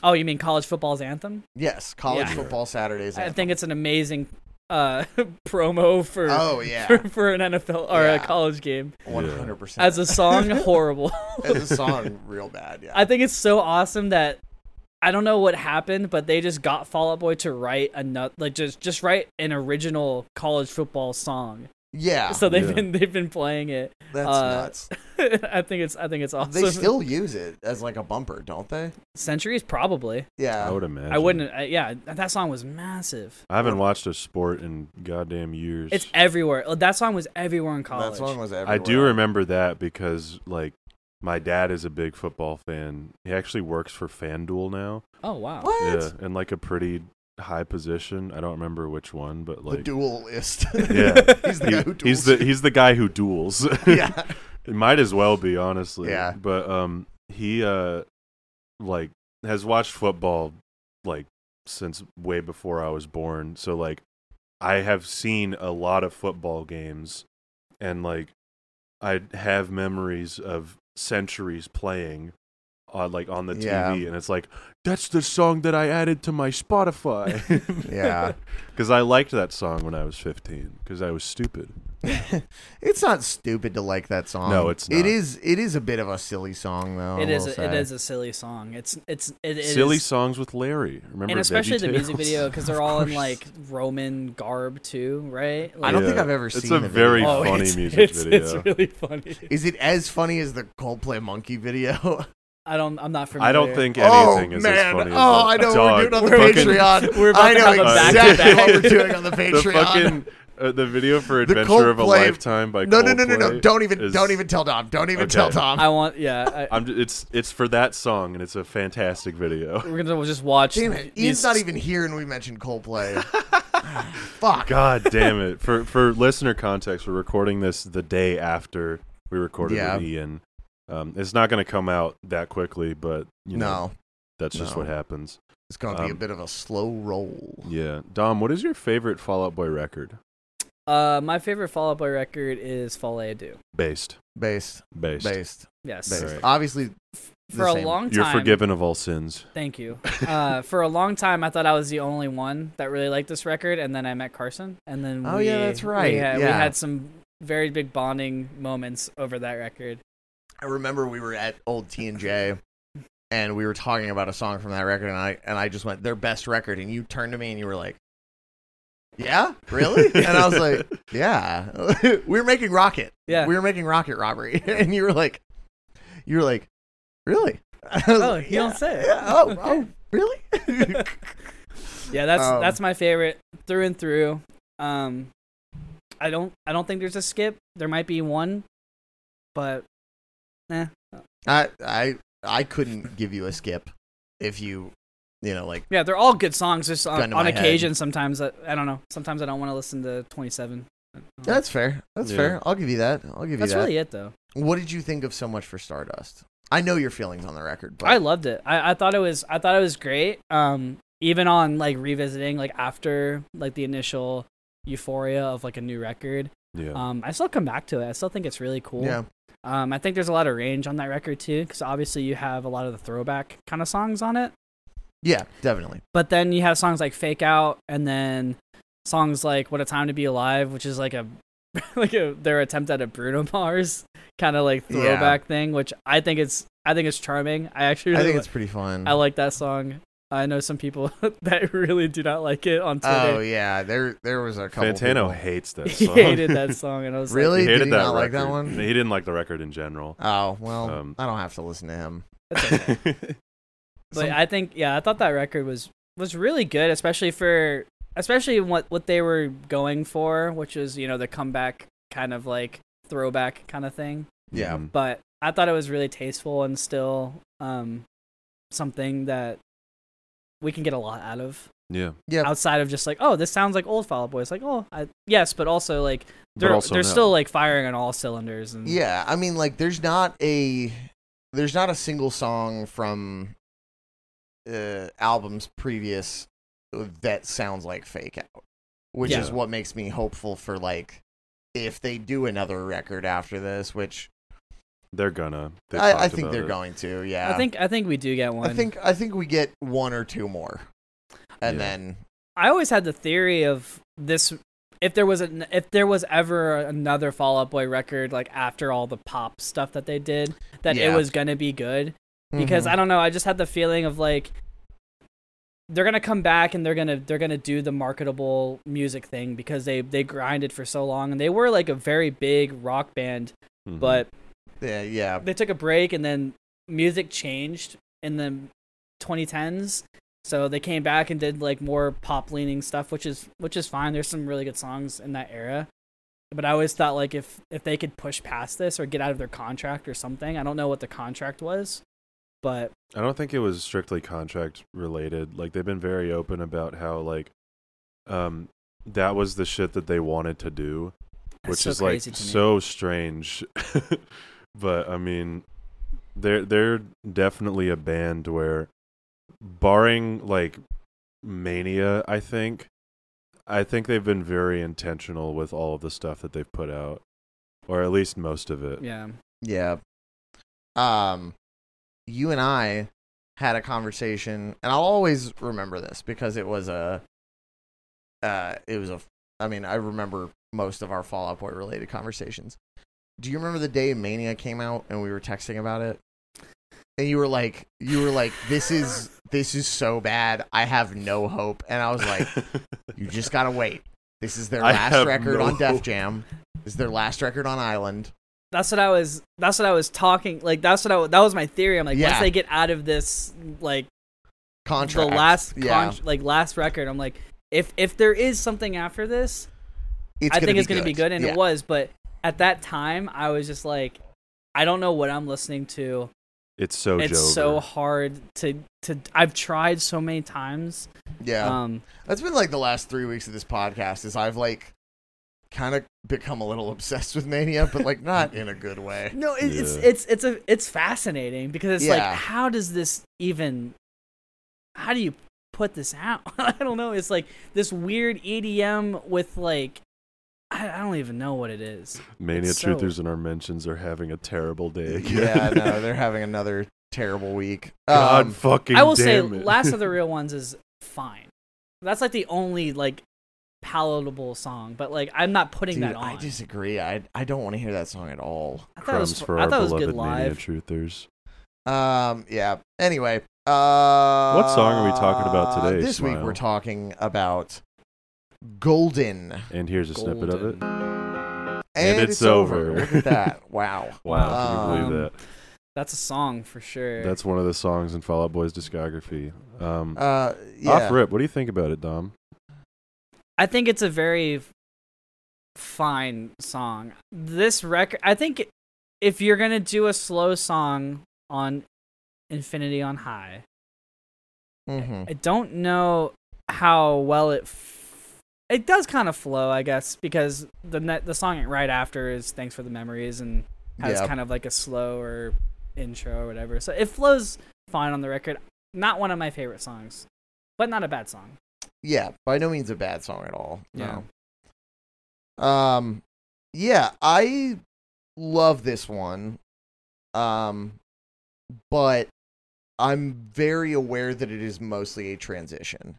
[SPEAKER 2] oh, you mean college football's anthem?
[SPEAKER 1] Yes, college
[SPEAKER 2] Yeah.
[SPEAKER 1] football Saturdays.
[SPEAKER 2] I
[SPEAKER 1] anthem.
[SPEAKER 2] think it's an amazing uh, promo for
[SPEAKER 1] Oh yeah,
[SPEAKER 2] for, for an NFL or a
[SPEAKER 1] Yeah.
[SPEAKER 2] college game.
[SPEAKER 1] one hundred percent.
[SPEAKER 2] As a song, horrible.
[SPEAKER 1] as a song, real bad. Yeah,
[SPEAKER 2] I think it's so awesome that I don't know what happened, but they just got Fall Out Boy to write another, like just just write an original college football song.
[SPEAKER 1] yeah,
[SPEAKER 2] So they've
[SPEAKER 3] Yeah.
[SPEAKER 2] been they've been playing it.
[SPEAKER 1] that's
[SPEAKER 2] uh,
[SPEAKER 1] nuts.
[SPEAKER 2] I think it's I think it's awesome.
[SPEAKER 1] They still use it as like a bumper, don't they?
[SPEAKER 2] centuries probably.
[SPEAKER 1] Yeah,
[SPEAKER 3] I would imagine.
[SPEAKER 2] I wouldn't. I, yeah, that song was massive.
[SPEAKER 3] I haven't watched a sport in goddamn years.
[SPEAKER 2] It's everywhere. That song was everywhere in college.
[SPEAKER 1] that song was. Everywhere.
[SPEAKER 3] I do remember that because like my dad is a big football fan. He actually works for FanDuel now.
[SPEAKER 2] oh wow.
[SPEAKER 1] What?
[SPEAKER 3] Yeah, in like a pretty high position. I don't remember which one, but
[SPEAKER 1] the
[SPEAKER 3] like
[SPEAKER 1] duelist.
[SPEAKER 3] yeah.
[SPEAKER 1] he's the
[SPEAKER 3] He-
[SPEAKER 1] guy who duels.
[SPEAKER 3] he's the he's the guy who duels.
[SPEAKER 1] yeah.
[SPEAKER 3] It might as well be, honestly.
[SPEAKER 1] Yeah.
[SPEAKER 3] But um he uh like has watched football like since way before I was born. So like I have seen a lot of football games and like I have memories of centuries playing on like on the TV
[SPEAKER 1] Yeah.
[SPEAKER 3] and it's like that's the song that I added to my Spotify
[SPEAKER 1] Yeah.
[SPEAKER 3] cuz I liked that song when I was 15 cuz I was stupid.
[SPEAKER 1] it's not stupid to like that song.
[SPEAKER 3] No, it's
[SPEAKER 1] It
[SPEAKER 3] not.
[SPEAKER 1] is. It is a bit of a silly song, though.
[SPEAKER 2] it
[SPEAKER 1] I
[SPEAKER 2] is
[SPEAKER 1] will
[SPEAKER 2] a, it
[SPEAKER 1] say.
[SPEAKER 2] is a silly song. It's it's it, it is
[SPEAKER 3] Silly songs with Larry. Remember
[SPEAKER 2] and especially the music
[SPEAKER 3] VeggieTales?
[SPEAKER 2] video because they're
[SPEAKER 3] Of
[SPEAKER 2] all in
[SPEAKER 3] course.
[SPEAKER 2] like Roman garb too, right?
[SPEAKER 1] I
[SPEAKER 2] Like,
[SPEAKER 1] don't think I've ever
[SPEAKER 3] it's
[SPEAKER 1] seen
[SPEAKER 3] a
[SPEAKER 1] the
[SPEAKER 3] very
[SPEAKER 1] video.
[SPEAKER 2] Oh,
[SPEAKER 3] funny
[SPEAKER 2] it's-
[SPEAKER 3] music
[SPEAKER 2] it's-
[SPEAKER 3] video.
[SPEAKER 2] It's really funny.
[SPEAKER 1] Is it as funny as the Coldplay Monkey video?
[SPEAKER 2] I don't. I'm not familiar.
[SPEAKER 3] I don't think
[SPEAKER 1] oh
[SPEAKER 3] anything is as
[SPEAKER 1] man!
[SPEAKER 3] funny as
[SPEAKER 1] oh,
[SPEAKER 3] that.
[SPEAKER 1] I know what we're
[SPEAKER 3] Dog,
[SPEAKER 1] doing on the
[SPEAKER 3] fucking-
[SPEAKER 1] Patreon.
[SPEAKER 2] we're about
[SPEAKER 1] I
[SPEAKER 2] to
[SPEAKER 1] know
[SPEAKER 2] have a
[SPEAKER 1] exactly
[SPEAKER 2] back-to-back.
[SPEAKER 1] what we're doing on the
[SPEAKER 3] The
[SPEAKER 1] Patreon.
[SPEAKER 3] fucking uh, the video for
[SPEAKER 1] The
[SPEAKER 3] Adventure of a
[SPEAKER 1] Coldplay-
[SPEAKER 3] Lifetime by
[SPEAKER 1] no, no, no, no, no!
[SPEAKER 3] Coldplay
[SPEAKER 1] Don't even,
[SPEAKER 3] is-
[SPEAKER 1] don't even tell Dom. Don't even tell
[SPEAKER 3] Okay.
[SPEAKER 1] Tom.
[SPEAKER 2] I want. Yeah. I,
[SPEAKER 3] I'm ju- it's it's for that song and it's a fantastic video.
[SPEAKER 2] we're gonna just watch.
[SPEAKER 1] Damn it!
[SPEAKER 2] these-
[SPEAKER 1] Ian's not even here, and we mentioned Coldplay. Fuck.
[SPEAKER 3] God damn it! For for listener context, we're recording this the day after we recorded
[SPEAKER 1] Yeah.
[SPEAKER 3] with Ian. Um, it's not going to come out that quickly, but you know
[SPEAKER 1] no,
[SPEAKER 3] that's just
[SPEAKER 1] No.
[SPEAKER 3] what happens.
[SPEAKER 1] it's gonna be a
[SPEAKER 3] Um,
[SPEAKER 1] bit of a slow roll.
[SPEAKER 3] Yeah, Dom, what is your favorite Fallout Boy record?
[SPEAKER 2] Uh, my favorite Fall Out Boy record is Fall I Do.
[SPEAKER 3] Based,
[SPEAKER 1] Based,
[SPEAKER 3] based.
[SPEAKER 1] based,
[SPEAKER 2] Yes.
[SPEAKER 1] based.
[SPEAKER 3] Right.
[SPEAKER 1] Obviously, the
[SPEAKER 2] For a
[SPEAKER 1] same.
[SPEAKER 2] long time.
[SPEAKER 3] You're forgiven of all sins.
[SPEAKER 2] Thank you. Uh, for a long time, I thought I was the only one that really liked this record, and then I met Carson, and then
[SPEAKER 1] Oh,
[SPEAKER 2] we,
[SPEAKER 1] yeah, that's right,
[SPEAKER 2] We had, we
[SPEAKER 1] yeah.
[SPEAKER 2] had some very big bonding moments over that record.
[SPEAKER 1] I remember we were at old T and J, and we were talking about a song from that record, and I and I just went their best record, and you turned to me and you were like, "Yeah, really?" and I was like, "Yeah, we were making Rocket.
[SPEAKER 2] Yeah.
[SPEAKER 1] we were making Rocket Robbery," and you were like, "You were like, really?" I was
[SPEAKER 2] Oh,
[SPEAKER 1] like,
[SPEAKER 2] you don't say it.
[SPEAKER 1] Yeah, oh, oh, really?
[SPEAKER 2] Yeah, that's
[SPEAKER 1] Um,
[SPEAKER 2] that's my favorite through and through. Um, I don't I don't think there's a skip. There might be one, but nah.
[SPEAKER 1] I I I couldn't give you a skip if you you know like
[SPEAKER 2] Yeah, they're all good songs. Just
[SPEAKER 1] Gun
[SPEAKER 2] on,
[SPEAKER 1] to
[SPEAKER 2] on
[SPEAKER 1] my head.
[SPEAKER 2] occasion, sometimes I, I don't know. Sometimes I don't want to listen to 27. I don't know.
[SPEAKER 1] that's fair that's
[SPEAKER 3] Yeah.
[SPEAKER 1] fair I'll give you that I'll give you
[SPEAKER 2] that's
[SPEAKER 1] that
[SPEAKER 2] really it though.
[SPEAKER 1] What did you think of so much for Stardust? I know your feelings on the record, but
[SPEAKER 2] I loved it. I, I thought it was I thought it was great. Um, even on like revisiting like after like the initial euphoria of like a new record.
[SPEAKER 3] Yeah.
[SPEAKER 1] "Oh,
[SPEAKER 2] Um, I still come back to it. I still think it's really cool.
[SPEAKER 1] yeah,
[SPEAKER 2] Um, I think there's a lot of range on that record too, because obviously you have a lot of the throwback kind of songs on it,
[SPEAKER 1] yeah, definitely.
[SPEAKER 2] but then you have songs like "Fake Out" and then songs like "What a Time to Be Alive," which is like a like a their attempt at a Bruno Mars kind of like
[SPEAKER 1] Yeah.
[SPEAKER 2] throwback thing, which I think it's I think it's charming. I actually
[SPEAKER 1] I
[SPEAKER 2] really
[SPEAKER 1] think
[SPEAKER 2] li-
[SPEAKER 1] it's pretty fun.
[SPEAKER 2] I like that song. I know some people that really do not like it on
[SPEAKER 1] oh
[SPEAKER 2] Twitter.
[SPEAKER 1] yeah, there there was a couple.
[SPEAKER 3] Fantano
[SPEAKER 1] people-
[SPEAKER 3] hates that
[SPEAKER 2] he
[SPEAKER 3] song.
[SPEAKER 2] hated that song, and I was like,
[SPEAKER 1] Really?
[SPEAKER 3] He
[SPEAKER 1] Did
[SPEAKER 3] hated
[SPEAKER 1] he
[SPEAKER 3] that
[SPEAKER 1] not like that
[SPEAKER 3] record.
[SPEAKER 1] one?
[SPEAKER 3] He didn't like the record in general.
[SPEAKER 1] Oh well,
[SPEAKER 3] Um,
[SPEAKER 1] I don't have to listen to him.
[SPEAKER 2] "That's okay." But
[SPEAKER 1] Some-
[SPEAKER 2] I think yeah, I thought that record was was really good, especially for especially what what they were going for, which is you know the comeback kind of like throwback kind of thing.
[SPEAKER 1] yeah,
[SPEAKER 3] Mhm.
[SPEAKER 2] But I thought it was really tasteful and still um something that we can get a lot out of
[SPEAKER 3] yeah.
[SPEAKER 1] Yep.
[SPEAKER 2] outside of just like, oh, this sounds like old Fall Out Boy. It's like, oh, I, yes, but also like
[SPEAKER 3] But
[SPEAKER 2] they're
[SPEAKER 3] also
[SPEAKER 2] they're
[SPEAKER 3] no.
[SPEAKER 2] still like firing on all cylinders.
[SPEAKER 3] Mm.
[SPEAKER 2] And
[SPEAKER 1] Yeah, I mean, like, there's not a there's not a single song from uh, albums previous that sounds like fake out, which is
[SPEAKER 3] Yeah.
[SPEAKER 1] what makes me hopeful for like if they do another record after this, which
[SPEAKER 3] they're gonna. They
[SPEAKER 1] I, I
[SPEAKER 3] talked
[SPEAKER 1] think
[SPEAKER 3] about
[SPEAKER 1] they're
[SPEAKER 3] it.
[SPEAKER 1] going to. Yeah,
[SPEAKER 2] I think I think we do get one.
[SPEAKER 1] I think I think we get one or two more, and
[SPEAKER 3] Yeah.
[SPEAKER 1] then
[SPEAKER 2] I always had the theory of this if there was an if there was ever another Fall Out Boy record like after all the pop stuff that they did that
[SPEAKER 1] Yeah.
[SPEAKER 2] it was gonna be good because
[SPEAKER 1] Mm-hmm.
[SPEAKER 2] I don't know I just had the feeling of like they're gonna come back and they're gonna they're gonna do the marketable music thing because they they grinded for so long and they were like a very big rock band
[SPEAKER 3] Mhm.
[SPEAKER 2] but
[SPEAKER 1] yeah, yeah,
[SPEAKER 2] they took a break and then music changed in the 2010s so they came back and did like more pop leaning stuff which is which is fine there's some really good songs in that era but i always thought like if if they could push past this or get out of their contract or something i don't know what the contract was but
[SPEAKER 3] I don't think it was strictly contract related. Like they've been very open about how like um that was the shit that they wanted to do,
[SPEAKER 2] That's
[SPEAKER 3] which
[SPEAKER 2] so
[SPEAKER 3] is like
[SPEAKER 2] crazy to me.
[SPEAKER 3] so strange. but I mean, they're they're definitely a band where, barring like mania, I think, I think they've been very intentional with all of the stuff that they've put out, or at least most of it.
[SPEAKER 2] yeah
[SPEAKER 1] Yeah. Um, you and I had a conversation, and I'll always remember this because it was a, uh, it was a. I mean, I remember most of our Fallout Boy related conversations. Do you remember the day Mania came out and we were texting about it? And you were like, you were like, this is this is so bad. I have no hope. And I was like, you just gotta wait. This is their
[SPEAKER 3] I
[SPEAKER 1] last
[SPEAKER 3] have
[SPEAKER 1] record
[SPEAKER 3] no
[SPEAKER 1] on Def
[SPEAKER 3] hope.
[SPEAKER 1] Jam. This is their last record on Island.
[SPEAKER 2] that's what i was that's what i was talking like that's what i that was my theory i'm like
[SPEAKER 1] Yeah.
[SPEAKER 2] once they get out of this like
[SPEAKER 1] Contract.
[SPEAKER 2] the last
[SPEAKER 1] yeah.
[SPEAKER 2] con- like last record i'm like if if there is something after this
[SPEAKER 1] it's
[SPEAKER 2] I think it's going to be good, and
[SPEAKER 1] yeah.
[SPEAKER 2] it was. But at that time, I was just like, I don't know what I'm listening to.
[SPEAKER 3] It's so
[SPEAKER 2] it's
[SPEAKER 3] Jover.
[SPEAKER 2] so hard to to. I've tried so many times.
[SPEAKER 1] Yeah,
[SPEAKER 2] Um,
[SPEAKER 1] that's been like the last three weeks of this podcast. Is I've like kind of become a little obsessed with Mania, but like not in a good way.
[SPEAKER 2] no, it, it's
[SPEAKER 3] Yeah.
[SPEAKER 2] it's it's a it's fascinating because it's
[SPEAKER 1] Yeah.
[SPEAKER 2] like, how does this even? How do you put this out? I don't know. It's like this weird EDM with like. I I don't even know what it is.
[SPEAKER 3] Mania
[SPEAKER 2] It's so-
[SPEAKER 3] Truthers and our mentions are having a terrible day again.
[SPEAKER 1] Yeah, no, they're having another terrible week.
[SPEAKER 3] God
[SPEAKER 1] Um,
[SPEAKER 3] fucking
[SPEAKER 2] I will say,
[SPEAKER 3] damn it.
[SPEAKER 2] Last of the Real Ones is fine. That's like the only like palatable song, but like I'm not putting
[SPEAKER 1] dude,
[SPEAKER 2] that on.
[SPEAKER 1] I disagree. I I don't want to hear that song at all.
[SPEAKER 2] I thought it
[SPEAKER 3] Crumbs
[SPEAKER 2] was,
[SPEAKER 3] for
[SPEAKER 2] I
[SPEAKER 3] our
[SPEAKER 2] thought it was
[SPEAKER 3] beloved
[SPEAKER 2] good
[SPEAKER 3] Mania
[SPEAKER 2] live.
[SPEAKER 3] Truthers.
[SPEAKER 1] Um, yeah. Anyway, uh,
[SPEAKER 3] What song are we talking about today,
[SPEAKER 1] This week
[SPEAKER 3] Smile?
[SPEAKER 1] we're talking about Golden, and,
[SPEAKER 3] And here's a snippet of it.
[SPEAKER 2] Golden.
[SPEAKER 3] it's
[SPEAKER 1] over.
[SPEAKER 3] over.
[SPEAKER 1] Look at that! Wow.
[SPEAKER 3] Wow, can you
[SPEAKER 1] Um,
[SPEAKER 3] believe that?
[SPEAKER 2] That's a song for sure.
[SPEAKER 3] That's one of the songs in Fall Out Boy's discography. Um,
[SPEAKER 1] Uh, yeah.
[SPEAKER 3] Off rip, what do you think about it, Dom?
[SPEAKER 2] I think it's a very fine song. This record, I think, if you're gonna do a slow song on Infinity on High,
[SPEAKER 1] Mm-hmm.
[SPEAKER 2] I don't know how well it. F- it does kind of flow, I guess, because the net the song right after is "Thanks for the Memories" and has
[SPEAKER 1] Yeah.
[SPEAKER 2] kind of like a slower intro or whatever. So it flows fine on the record. Not one of my favorite songs, but not a bad song.
[SPEAKER 1] yeah, by no means a bad song at all.
[SPEAKER 2] Yeah.
[SPEAKER 1] No. Um yeah, I love this one. Um but I'm very aware that it is mostly a transition.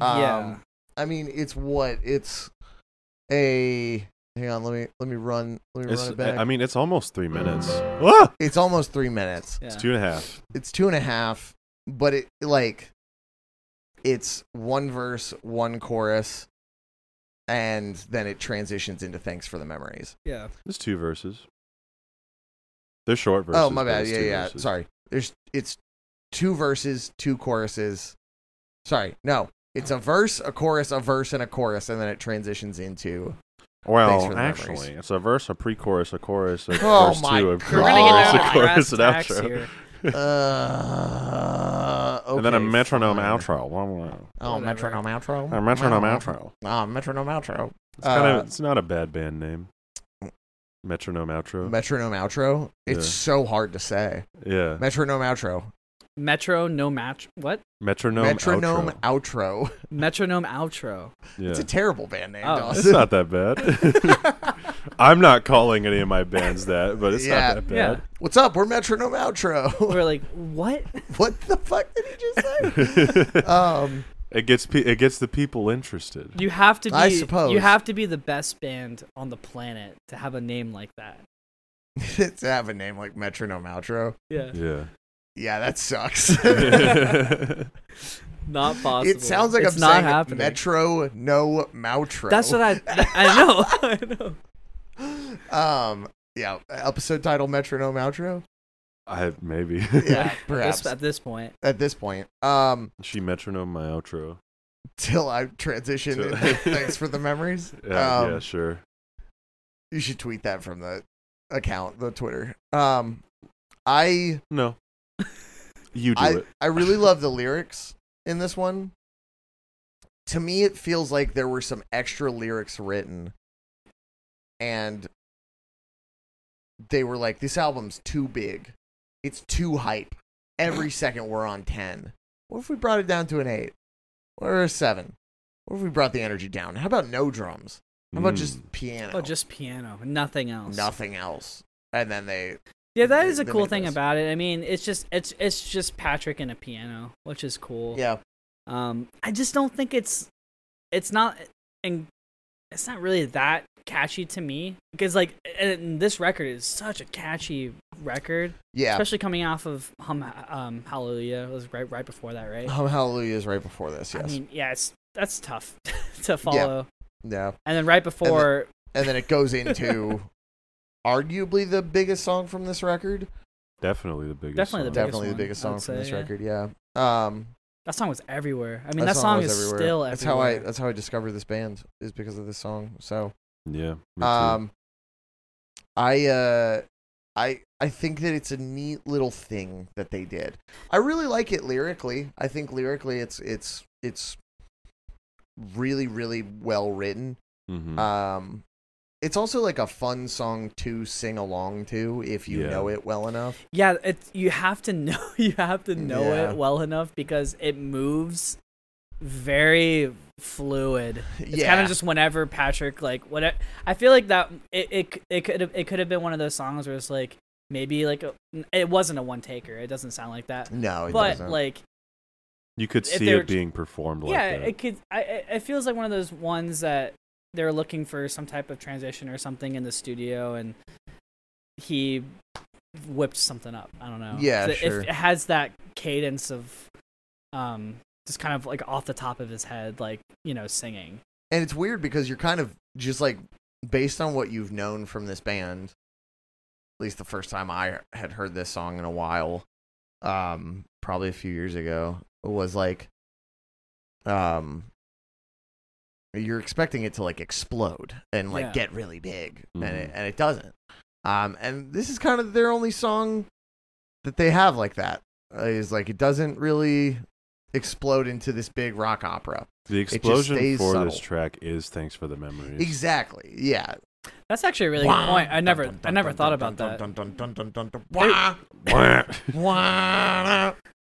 [SPEAKER 1] Um,
[SPEAKER 2] yeah,
[SPEAKER 1] I mean, it's what it's a Hang on, let me let me run let me
[SPEAKER 3] It's,
[SPEAKER 1] run it back.
[SPEAKER 3] I mean, it's almost three minutes. Ah!
[SPEAKER 1] it's almost 3 minutes.
[SPEAKER 2] yeah.
[SPEAKER 3] It's two and a half.
[SPEAKER 1] It's two and a half, but it like it's one verse, one chorus, and then it transitions into thanks for the memories.
[SPEAKER 2] yeah.
[SPEAKER 3] It's two verses. They're short verses.
[SPEAKER 1] oh my
[SPEAKER 3] but
[SPEAKER 1] bad.
[SPEAKER 3] it's
[SPEAKER 1] Yeah,
[SPEAKER 3] two
[SPEAKER 1] yeah.
[SPEAKER 3] verses.
[SPEAKER 1] Sorry. There's it's two verses, two choruses. Sorry, no. It's a verse, a chorus, a verse, and a chorus, and then it transitions into for
[SPEAKER 3] Well,
[SPEAKER 1] the
[SPEAKER 3] actually,
[SPEAKER 1] memories.
[SPEAKER 3] it's a verse, a pre-chorus, a chorus, a
[SPEAKER 1] Oh
[SPEAKER 3] verse
[SPEAKER 1] my
[SPEAKER 3] two, a
[SPEAKER 1] God.
[SPEAKER 2] We're gonna get down to
[SPEAKER 3] chorus, a chorus,
[SPEAKER 2] brass
[SPEAKER 3] an
[SPEAKER 2] tacks
[SPEAKER 3] outro.
[SPEAKER 2] here.
[SPEAKER 1] Uh, okay,
[SPEAKER 3] and then a metronome
[SPEAKER 1] fine.
[SPEAKER 3] outro. Blah, blah, blah.
[SPEAKER 1] Oh,
[SPEAKER 2] Whatever.
[SPEAKER 1] metronome outro.
[SPEAKER 3] A metronome
[SPEAKER 1] Wow.
[SPEAKER 3] outro.
[SPEAKER 1] Ah, metronome outro.
[SPEAKER 3] It's, kind
[SPEAKER 1] Uh,
[SPEAKER 3] of, it's not a bad band name. Metronome outro.
[SPEAKER 1] Metronome outro. It's
[SPEAKER 3] Yeah.
[SPEAKER 1] so hard to say.
[SPEAKER 3] yeah.
[SPEAKER 1] Metronome outro.
[SPEAKER 2] Metro no match. What?
[SPEAKER 3] metronome.
[SPEAKER 1] metronome
[SPEAKER 3] outro.
[SPEAKER 1] outro.
[SPEAKER 2] Metronome outro.
[SPEAKER 3] Yeah.
[SPEAKER 1] It's a terrible band name,
[SPEAKER 2] Oh.
[SPEAKER 3] It's
[SPEAKER 1] Dawson.
[SPEAKER 3] not that bad. I'm not calling any of my bands that, but it's
[SPEAKER 1] Yeah.
[SPEAKER 3] not that
[SPEAKER 2] Yeah.
[SPEAKER 3] bad.
[SPEAKER 1] What's up? We're metronome outro.
[SPEAKER 2] We're like, what?
[SPEAKER 1] what the fuck did he just say? um,
[SPEAKER 3] it gets pe- it gets the people interested.
[SPEAKER 2] You have to be.
[SPEAKER 1] I suppose.
[SPEAKER 2] you have to be the best band on the planet to have a name like that.
[SPEAKER 1] to have a name like metronome outro.
[SPEAKER 2] Yeah,
[SPEAKER 3] Yeah.
[SPEAKER 1] Yeah, that sucks.
[SPEAKER 2] not possible.
[SPEAKER 1] it sounds like
[SPEAKER 2] it's
[SPEAKER 1] I'm
[SPEAKER 2] not
[SPEAKER 1] saying
[SPEAKER 2] happening.
[SPEAKER 1] metro no outro.
[SPEAKER 2] That's what I. I know. I know.
[SPEAKER 1] I. Um, yeah, episode title metronome outro.
[SPEAKER 3] I maybe.
[SPEAKER 1] Yeah,
[SPEAKER 2] This-
[SPEAKER 1] perhaps
[SPEAKER 2] at this point,
[SPEAKER 1] at this point. Um,
[SPEAKER 3] she metronome my outro.
[SPEAKER 1] till I transition.
[SPEAKER 3] Till-
[SPEAKER 1] into thanks for the memories.
[SPEAKER 3] Yeah,
[SPEAKER 1] Um,
[SPEAKER 3] yeah, sure.
[SPEAKER 1] You should tweet that from the account, the Twitter. Um, I
[SPEAKER 3] No. You do
[SPEAKER 1] I,
[SPEAKER 3] it.
[SPEAKER 1] I really love the lyrics in this one. To me, it feels like there were some extra lyrics written, and they were like, "This album's too big. It's too hype. Every second we're on ten. What if we brought it down to an eight or a seven? What if we brought the energy down? How about no drums? How about
[SPEAKER 3] Mm.
[SPEAKER 1] just piano?
[SPEAKER 2] oh, just piano, nothing else.
[SPEAKER 1] nothing else." And then they,
[SPEAKER 2] Yeah, that is a
[SPEAKER 1] They
[SPEAKER 2] cool
[SPEAKER 1] made
[SPEAKER 2] thing
[SPEAKER 1] those.
[SPEAKER 2] about it. I mean, it's just it's it's just Patrick and a piano, which is cool.
[SPEAKER 1] yeah,
[SPEAKER 2] Um, I just don't think it's it's not and it's not really that catchy to me because like and this record is such a catchy record,
[SPEAKER 1] yeah.
[SPEAKER 2] especially coming off of hum, um Hallelujah was right right before that, right?
[SPEAKER 1] Hum Hallelujah is right before this. Yes.
[SPEAKER 2] I mean, yeah, it's that's tough to follow.
[SPEAKER 1] yeah.
[SPEAKER 2] And then right before,
[SPEAKER 1] and then it goes into arguably the biggest song from this record.
[SPEAKER 3] Definitely the biggest.
[SPEAKER 2] Definitely the
[SPEAKER 3] song.
[SPEAKER 2] biggest
[SPEAKER 1] Definitely
[SPEAKER 2] one,
[SPEAKER 1] the biggest
[SPEAKER 2] I
[SPEAKER 1] song
[SPEAKER 2] would
[SPEAKER 1] from
[SPEAKER 2] say,
[SPEAKER 1] this
[SPEAKER 2] yeah.
[SPEAKER 1] record. Yeah. Um,
[SPEAKER 2] that song was everywhere. I mean, that, song,
[SPEAKER 1] was
[SPEAKER 2] is
[SPEAKER 1] everywhere.
[SPEAKER 2] still everywhere.
[SPEAKER 1] That's how I. That's how I discovered this band is because of this song. So,
[SPEAKER 3] Yeah. me too.
[SPEAKER 1] um, I, uh, I, I think that it's a neat little thing that they did. I really like it lyrically. I think lyrically, it's it's it's really really well written.
[SPEAKER 3] Mhm.
[SPEAKER 1] Um, it's also like a fun song to sing along to if you
[SPEAKER 3] Yeah.
[SPEAKER 1] know it well enough.
[SPEAKER 2] Yeah, it you have to know you have to know
[SPEAKER 1] Yeah.
[SPEAKER 2] it well enough because it moves very fluid. It's kind of just whenever Patrick like what I feel like that it it it could have- it could have been one of those songs where it's like maybe like a, it wasn't a one taker. It doesn't sound like that.
[SPEAKER 1] no, it
[SPEAKER 2] but
[SPEAKER 1] doesn't.
[SPEAKER 2] like
[SPEAKER 3] you could
[SPEAKER 2] if
[SPEAKER 3] see
[SPEAKER 2] they're-
[SPEAKER 3] it being performed like
[SPEAKER 2] yeah,
[SPEAKER 3] that.
[SPEAKER 2] it could I I- it feels like one of those ones that they're looking for some type of transition or something in the studio and he whipped something up. I don't know.
[SPEAKER 1] Yeah,
[SPEAKER 2] So if-
[SPEAKER 1] sure.
[SPEAKER 2] it has that cadence of um just kind of like off the top of his head like, you know, singing.
[SPEAKER 1] and it's weird because you're kind of just like based on what you've known from this band. At least the first time I had heard this song in a while, um, probably a few years ago, was like, um, you're expecting it to like explode and like
[SPEAKER 2] Yeah.
[SPEAKER 1] get really big,
[SPEAKER 3] Mhm.
[SPEAKER 1] and it, and it doesn't. Um, and this is kind of their only song that they have like that uh, is like it doesn't really explode into this big rock opera.
[SPEAKER 3] the
[SPEAKER 1] just
[SPEAKER 3] explosion
[SPEAKER 1] stays
[SPEAKER 3] for
[SPEAKER 1] subtle.
[SPEAKER 3] this track is thanks for the memories.
[SPEAKER 1] Exactly. Yeah.
[SPEAKER 2] That's actually a really good point. I never I never thought about that.
[SPEAKER 1] that.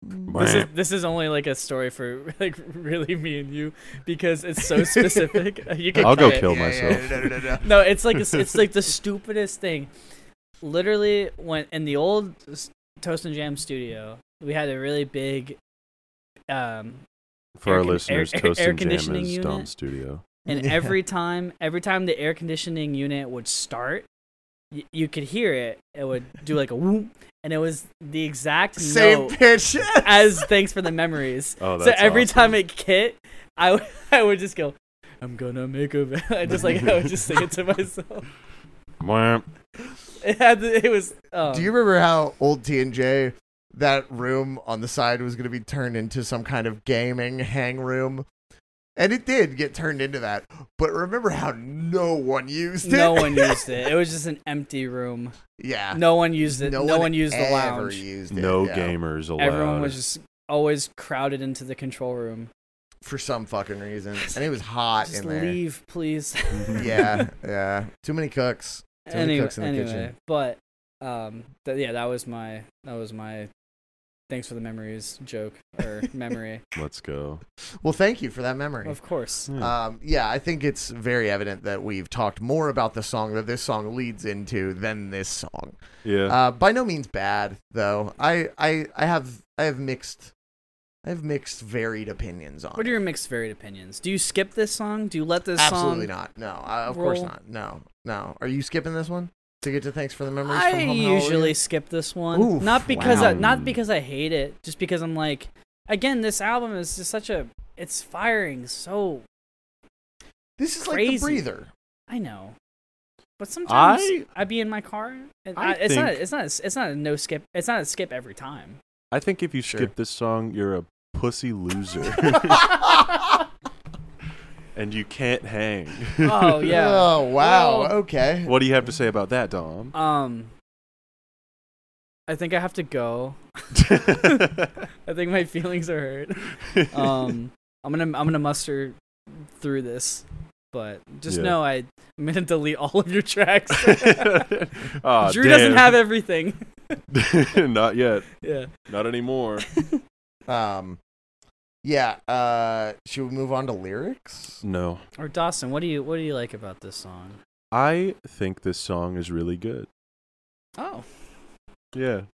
[SPEAKER 2] This is this is only like a story for like really me and you because it's so specific. you can
[SPEAKER 3] I'll
[SPEAKER 2] cut
[SPEAKER 3] go
[SPEAKER 2] it.
[SPEAKER 3] kill myself.
[SPEAKER 2] no, it's like it's, it's like the stupidest thing. Literally, when in the old s- Toast and Jam studio, we had a really big, um,
[SPEAKER 3] For
[SPEAKER 2] Air
[SPEAKER 3] our
[SPEAKER 2] con- air-
[SPEAKER 3] listeners,
[SPEAKER 2] air-
[SPEAKER 3] Toast
[SPEAKER 2] air
[SPEAKER 3] and Jam is
[SPEAKER 2] conditioning unit.
[SPEAKER 3] Dom Studio.
[SPEAKER 2] and
[SPEAKER 1] Yeah.
[SPEAKER 2] every time, every time the air conditioning unit would start, y- you could hear it. It would do like a whoop, and it was the exact
[SPEAKER 1] Same
[SPEAKER 2] note
[SPEAKER 1] pitch.
[SPEAKER 2] as "Thanks for the Memories."
[SPEAKER 3] Oh,
[SPEAKER 2] so
[SPEAKER 3] that's
[SPEAKER 2] every
[SPEAKER 3] awesome.
[SPEAKER 2] time it hit, I would- I would just go, "I'm gonna make a," I just like I would just sing it to myself.
[SPEAKER 3] Wah.
[SPEAKER 2] It had the, it was. Um,
[SPEAKER 1] Do you remember how old T and J that room on the side was going to be turned into some kind of gaming hang room? And it did get turned into that. But remember how no one used it?
[SPEAKER 2] No one used it. It was just an empty room.
[SPEAKER 1] yeah.
[SPEAKER 2] No one used it. No, one, used the
[SPEAKER 1] ever
[SPEAKER 2] lounge.
[SPEAKER 1] Used it,
[SPEAKER 3] No
[SPEAKER 1] yeah.
[SPEAKER 3] gamers allowed.
[SPEAKER 2] Everyone was just always crowded into the control room.
[SPEAKER 1] for some fucking reason, and it was hot
[SPEAKER 2] Just
[SPEAKER 1] in there.
[SPEAKER 2] leave, please.
[SPEAKER 1] yeah, yeah. Too many cooks. Too many
[SPEAKER 2] anyway,
[SPEAKER 1] cooks in the
[SPEAKER 2] anyway,
[SPEAKER 1] kitchen.
[SPEAKER 2] but um, th- yeah, that was my that was my thanks for the memories joke or memory.
[SPEAKER 3] Let's go.
[SPEAKER 1] Well, thank you for that memory.
[SPEAKER 2] of course,
[SPEAKER 3] Yeah.
[SPEAKER 1] Um, yeah, I think it's very evident that we've talked more about the song that this song leads into than this song.
[SPEAKER 3] yeah.
[SPEAKER 1] Uh, by no means bad, though. I, I, I have, I have mixed, I have mixed, varied opinions on.
[SPEAKER 2] what are
[SPEAKER 1] it.
[SPEAKER 2] your mixed varied opinions? Do you skip this song? Do you let this
[SPEAKER 1] Absolutely
[SPEAKER 2] song?
[SPEAKER 1] not. No, I, of course
[SPEAKER 2] roll?
[SPEAKER 1] not. No, no. Are you skipping this one to get to thanks for the memories?
[SPEAKER 2] I
[SPEAKER 1] from Home and Hallelujah?
[SPEAKER 2] usually skip this one,
[SPEAKER 1] Oof,
[SPEAKER 2] not because I,
[SPEAKER 3] wow.
[SPEAKER 2] not because I hate it, just because I'm like, again, this album is just such a it's firing so
[SPEAKER 1] this is like
[SPEAKER 2] Crazy.
[SPEAKER 1] the breather.
[SPEAKER 2] I know. But sometimes I,
[SPEAKER 3] I-
[SPEAKER 2] be in my car and
[SPEAKER 3] I
[SPEAKER 2] I, it's not
[SPEAKER 3] think-
[SPEAKER 2] it's not it's not a no skip it's not a skip every time.
[SPEAKER 3] I think if you
[SPEAKER 1] Sure.
[SPEAKER 3] skip this song, you're a pussy loser and you can't hang.
[SPEAKER 2] Oh yeah.
[SPEAKER 1] Oh wow.
[SPEAKER 2] Well-
[SPEAKER 1] okay.
[SPEAKER 3] what do you have to say about that, Dom?
[SPEAKER 2] um I think I have to go. I think my feelings are hurt. Um I'm going to I'm going to muster through this. But just
[SPEAKER 3] Yeah.
[SPEAKER 2] know I, I'm going to delete all of your tracks.
[SPEAKER 3] Aw,
[SPEAKER 2] Drew doesn't
[SPEAKER 3] Ah, damn.
[SPEAKER 2] have everything.
[SPEAKER 3] Not yet.
[SPEAKER 2] yeah.
[SPEAKER 3] Not anymore.
[SPEAKER 1] Um, yeah. Uh, should we move on to lyrics?
[SPEAKER 3] No.
[SPEAKER 2] Or Dawson, what do you what do you like about this song?
[SPEAKER 3] I think this song is really good.
[SPEAKER 2] Oh.
[SPEAKER 3] Yeah.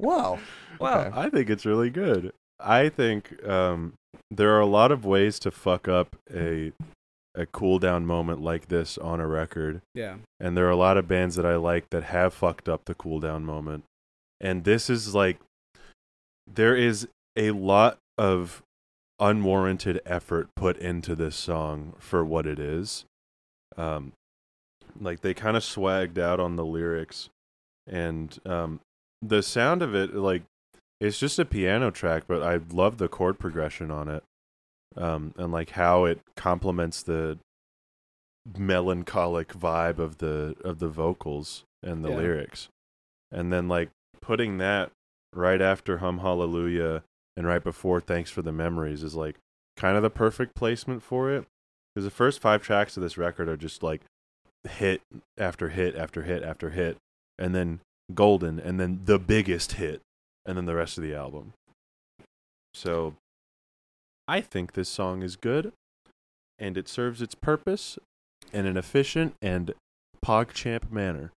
[SPEAKER 1] Wow.
[SPEAKER 2] Wow.
[SPEAKER 1] Okay.
[SPEAKER 3] I think it's really good. I think um, there are a lot of ways to fuck up a a cool down moment like this on a record.
[SPEAKER 2] Yeah.
[SPEAKER 3] and there are a lot of bands that I like that have fucked up the cool down moment. And this is like there is a lot of unwarranted effort put into this song for what it is. Um like they kind of swagged out on the lyrics and um the sound of it like it's just a piano track but I love the chord progression on it. Um and like how it complements the melancholic vibe of the of the vocals and the
[SPEAKER 2] Yeah.
[SPEAKER 3] lyrics and then like putting that right after hum hallelujah and right before thanks for the memories is like kind of the perfect placement for it because the first five tracks of this record are just like hit after hit after hit after hit and then golden and then the biggest hit and then the rest of the album so i think this song is good and it serves its purpose in an efficient and PogChamp manner.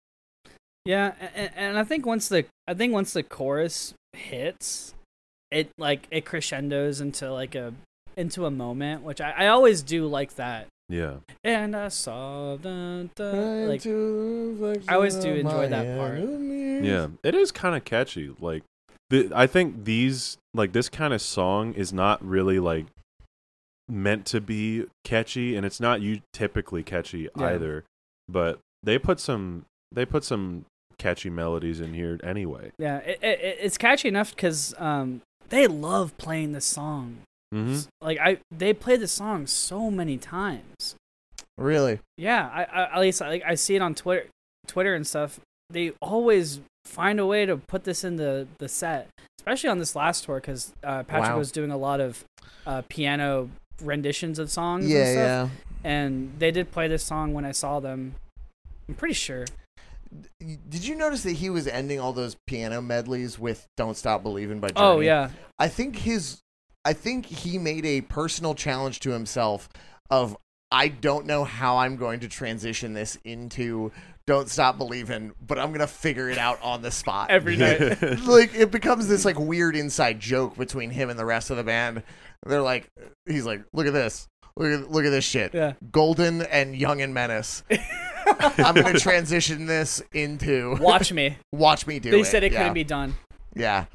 [SPEAKER 2] Yeah, and, and I think once the I think once the chorus hits, it like it crescendos into like a into a moment, which I, I always do like that.
[SPEAKER 3] Yeah.
[SPEAKER 2] And I saw the, the uh, like
[SPEAKER 1] I
[SPEAKER 2] I always do enjoy that part.
[SPEAKER 3] Yeah.
[SPEAKER 1] Mm.
[SPEAKER 3] It is kind of catchy. Like, the, I think these, like, this kind of song is not really, like, meant to be catchy, and it's not you typically catchy
[SPEAKER 2] Yeah.
[SPEAKER 3] either. But they put some, they put some catchy melodies in here anyway.
[SPEAKER 2] yeah, it, it, it- it's catchy enough because um they love playing this song.
[SPEAKER 3] Mm-hmm.
[SPEAKER 2] Like I they play this song so many times.
[SPEAKER 1] Really?
[SPEAKER 2] Yeah, I, I at least I, like, I see it on Twitter, Twitter and stuff. They always find a way to put this into the set, especially on this last tour because uh, Patrick
[SPEAKER 1] Wow.
[SPEAKER 2] was doing a lot of uh, piano renditions of songs. and
[SPEAKER 1] Yeah,
[SPEAKER 2] stuff,
[SPEAKER 1] yeah.
[SPEAKER 2] And they did play this song when I saw them. I'm pretty sure.
[SPEAKER 1] Y- Did you notice that he was ending all those piano medleys with "Don't Stop Believing" by Journey?
[SPEAKER 2] Oh yeah,
[SPEAKER 1] I think his, I think he made a personal challenge to himself of I don't know how I'm going to transition this into "Don't Stop Believing," but I'm gonna figure it out on the spot
[SPEAKER 2] every night.
[SPEAKER 1] like it becomes this like weird inside joke between him and the rest of the band. They're like, he's like, look at this, look at look at this shit,
[SPEAKER 2] Yeah.
[SPEAKER 1] Golden and Young and Menace. I'm gonna transition this into
[SPEAKER 2] Watch me.
[SPEAKER 1] watch me do
[SPEAKER 2] they
[SPEAKER 1] it.
[SPEAKER 2] said it
[SPEAKER 1] yeah.
[SPEAKER 2] couldn't be done.
[SPEAKER 1] Yeah,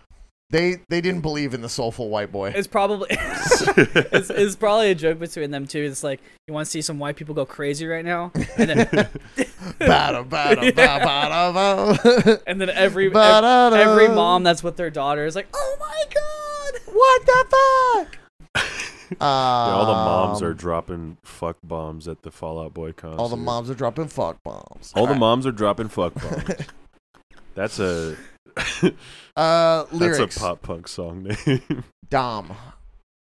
[SPEAKER 1] they they didn't believe in the soulful white boy.
[SPEAKER 2] It's probably it's, it's probably a joke between them too. It's like you want to see some white people go crazy right now, and then
[SPEAKER 1] Bada bada
[SPEAKER 2] Yeah.
[SPEAKER 1] ba bada ba.
[SPEAKER 2] and then every ev-
[SPEAKER 1] Ba-da-da.
[SPEAKER 2] every mom that's with their daughter is like, oh my god,
[SPEAKER 1] What the fuck?
[SPEAKER 3] Yeah, all the moms are dropping fuck bombs at the Fallout Boy concert.
[SPEAKER 1] Um, all the moms are dropping fuck bombs.
[SPEAKER 3] All the moms are dropping fuck bombs. That's a
[SPEAKER 1] Uh, lyrics.
[SPEAKER 3] that's a pop punk song name.
[SPEAKER 1] Dom.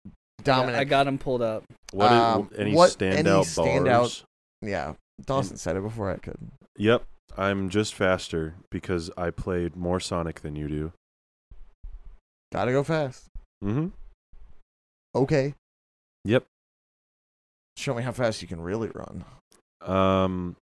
[SPEAKER 2] Yeah,
[SPEAKER 1] Dominic.
[SPEAKER 2] I got him pulled up.
[SPEAKER 3] what is,
[SPEAKER 1] Um,
[SPEAKER 3] any
[SPEAKER 1] what-
[SPEAKER 3] standout
[SPEAKER 1] any
[SPEAKER 3] bars?
[SPEAKER 1] standout- yeah. Dawson said it before I could.
[SPEAKER 3] Yep, I'm just faster because I played more Sonic than you do.
[SPEAKER 1] Gotta go fast.
[SPEAKER 3] Mm-hmm.
[SPEAKER 1] Okay.
[SPEAKER 3] Yep.
[SPEAKER 1] Show me how fast you can really run.
[SPEAKER 3] Um,